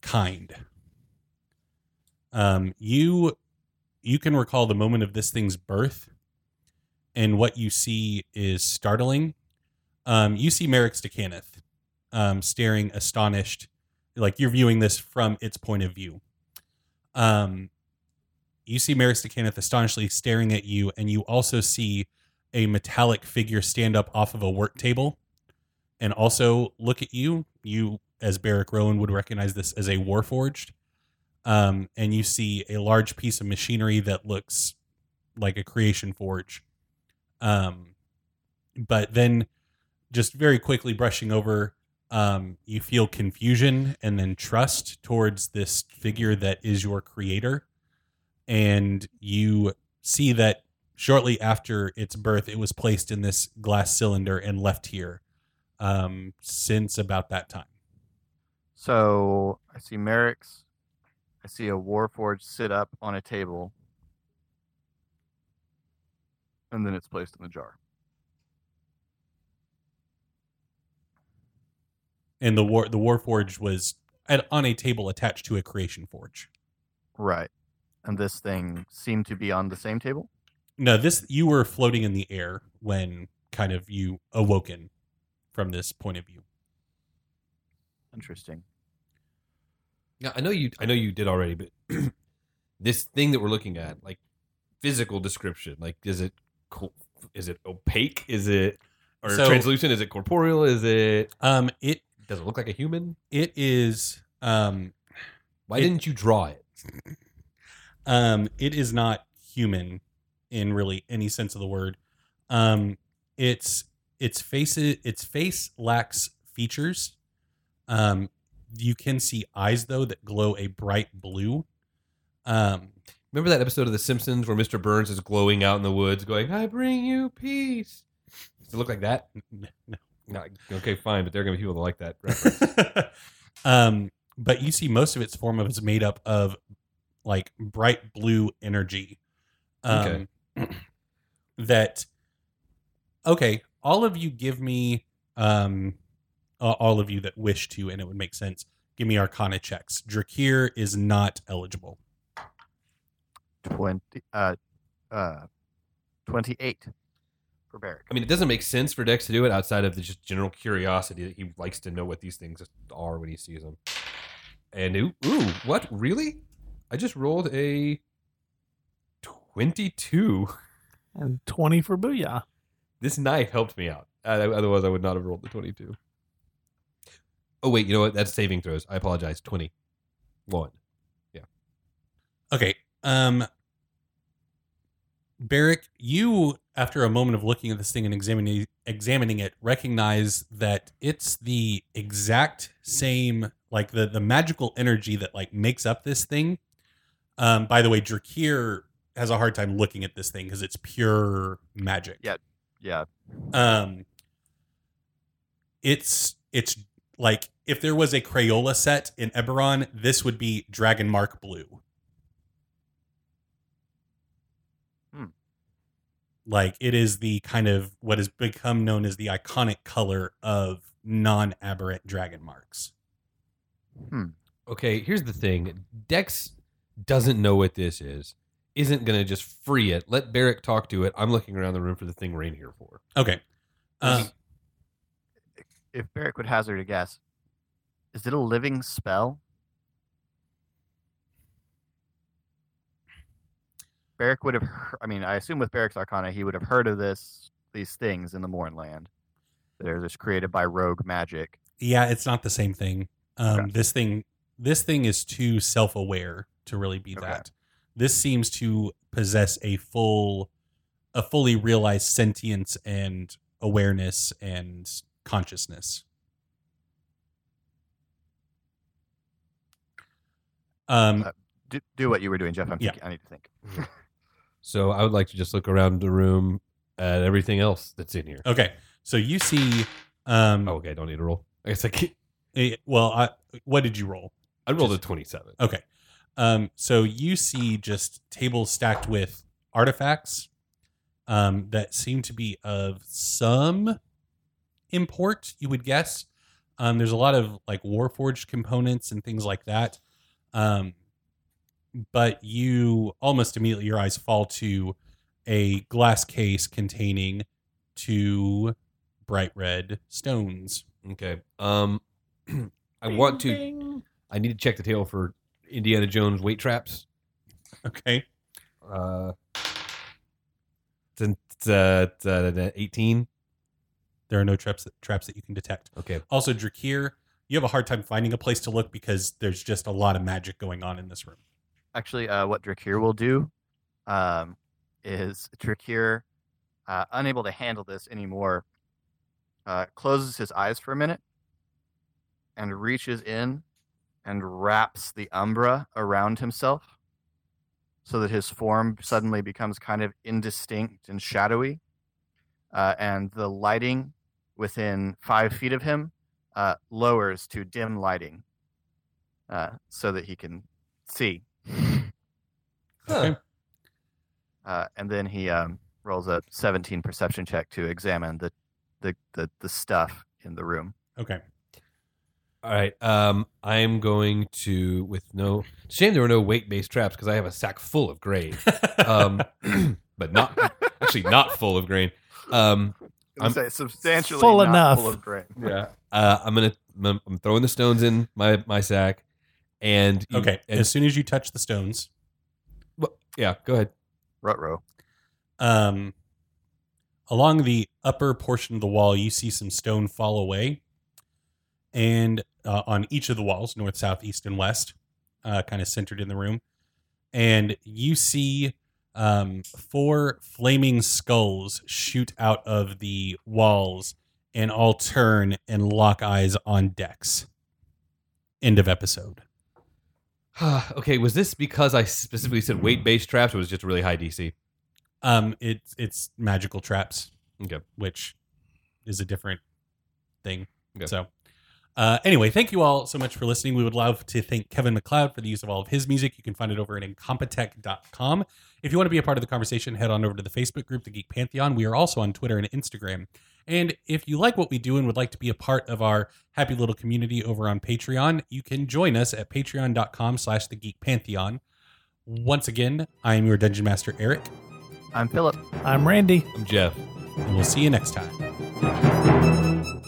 S1: kind. Um, you you can recall the moment of this thing's birth, and what you see is startling. Um, you see Merrick Stacaneth um, staring astonished, like you're viewing this from its point of view. Um, you see Mary Stacaneth astonishedly staring at you, and you also see a metallic figure stand up off of a work table and also look at you. You, as Barrick Rowan, would recognize this as a Warforged. Um, and you see a large piece of machinery that looks like a creation forge. Um, but then, just very quickly brushing over, um, you feel confusion and then trust towards this figure that is your creator and you see that shortly after its birth, it was placed in this glass cylinder and left here um, since about that time.
S4: So I see Merrick's. I see a Warforged sit up on a table. And then it's placed in the jar.
S1: And the war the warforge was at, on a table attached to a creation forge.
S4: Right. And this thing seemed to be on the same table?
S1: No, this you were floating in the air when kind of you awoken from this point of view.
S4: Interesting.
S6: Yeah, I know you. I know you did already, but *clears throat* this thing that we're looking at, like physical description, like is it, co- is it opaque? Is it or
S1: So-
S6: translucent? Is it corporeal? Is it
S1: Um, it
S6: does it look like a human?
S1: it is um,
S6: Why
S1: It-
S6: didn't you draw it?
S1: um, it is not human in really any sense of the word. Um, its its face its face lacks features. Um, you can see eyes though that glow a bright blue. Um,
S6: Remember that episode of The Simpsons where Mr. Burns is glowing out in the woods, going, "I bring you peace." Does it look like that? No, okay, fine, but there are gonna be people that like that. reference.
S1: *laughs* um, but you see most of its form of is made up of like bright blue energy. Um, *clears throat* that okay, all of you give me um a- all of you that wish to and it would make sense. Give me arcana checks. Drakir is not eligible.
S4: 20, uh, uh, 28 for Barrick.
S6: I mean, it doesn't make sense for Dex to do it outside of the just general curiosity that he likes to know what these things are when he sees them. And ooh, ooh what really? I just rolled a twenty-two. *laughs*
S5: And 20 for Booyah.
S6: This knife helped me out. Uh, Otherwise, I would not have rolled the twenty-two. Oh wait, you know what? That's saving throws. I apologize. Twenty-one.
S1: Okay. Um Barrick, you after a moment of looking at this thing and examining examining it, recognize that it's the exact same like the the magical energy that like makes up this thing. Um by the way, Drakir has a hard time looking at this thing because it's pure magic.
S4: Yeah. Yeah.
S1: Um it's it's like if there was a Crayola set in Eberron, this would be Dragon Mark Blue.
S4: Hmm.
S1: Like it is the kind of what has become known as the iconic color of non aberrant dragon marks.
S4: Hmm,
S6: okay, here's the thing. Dex doesn't know what this is. Isn't gonna just free it. Let Barrick talk to it. I'm looking around the room for the thing we're in here for.
S1: Okay. Um,
S4: If Barrick would hazard a guess, is it a living spell? Beric would have. he- I mean, I assume with Beric's Arcana, he would have heard of this these things in the Mornland. They're just created by rogue magic.
S1: Yeah, it's not the same thing. Um,
S4: Okay.
S1: This thing, this thing is too self-aware to really be
S4: Okay.
S1: that. This seems to possess a full, a fully realized sentience and awareness and consciousness. Um,
S4: Uh, Do,
S6: Hmm.
S4: do what you were doing, Jeff. I'm
S1: Yeah.
S4: thinking, I need to think.
S6: So I would like to just look around the room at everything else that's in here.
S1: okay, so you see, um,
S6: Oh, okay. I don't need to roll. I guess I can't.
S1: eh, well, I, what did you roll?
S6: I rolled a 27.
S1: Okay. Um, so you see just tables stacked with artifacts um, that seem to be of some import, you would guess. Um, there's a lot of like Warforged components and things like that. Um, but you almost immediately, your eyes fall to a glass case containing two bright red stones.
S6: Okay. Um, *clears throat* I want to. I need to check the table for Indiana Jones weight traps.
S1: Okay.
S6: Uh, it's, it's, uh, it's, uh, 18.
S1: There are no traps that, traps that you can detect.
S6: Okay.
S1: Also, Drakir, you have a hard time finding a place to look because there's just a lot of magic going on in this room.
S4: actually uh, what Drakir will do um, is Drakir, uh, unable to handle this anymore, uh, closes his eyes for a minute and reaches in and wraps the umbra around himself so that his form suddenly becomes kind of indistinct and shadowy. Uh, and the lighting within five feet of him uh, lowers to dim lighting uh, so that he can see.
S1: Okay.
S4: Uh, and then he um, rolls a 17 perception check to examine the, the, the, the stuff in the room.
S1: Okay.
S6: All right. Um, I'm going to with no shame there were no weight based traps because I have a sack full of grain. *laughs* Um, *clears throat* but not actually not full of grain. Um,
S4: I'm
S6: I'm-
S4: say substantially
S5: Full
S4: not
S5: enough.
S4: full of grain.
S6: yeah. Uh, I'm gonna I'm, I'm throwing the stones in my my sack, and you-
S1: okay.
S6: and-
S1: As soon as you touch the stones,
S6: well, yeah. Go ahead. *sighs*
S4: Rutro.
S1: um, along the upper portion of the wall, you see some stone fall away. And uh, on each of the walls, north, south, east, and west, uh, kind of centered in the room. And you see um, four flaming skulls shoot out of the walls and all turn and lock eyes on Dex. End of episode.
S6: okay. Was this because I specifically said weight based traps? Or was it just a really high DC?
S1: Um, it's it's magical traps.
S6: Okay.
S1: Which is a different thing.
S6: Okay.
S1: So uh, anyway, thank you all so much for listening. We would love to thank Kevin McLeod for the use of all of his music. You can find it over at incompetech.com. If you want to be a part of the conversation, head on over to the Facebook group, The Geek Pantheon. We are also on Twitter and Instagram. And if you like what we do and would like to be a part of our happy little community over on Patreon, you can join us at patreon.com slash the geek pantheon. Once again, I am your Dungeon Master, Eric.
S4: I'm Philip.
S5: I'm Randy.
S6: I'm Jeff.
S1: and we'll see you next time.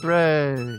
S4: Hooray.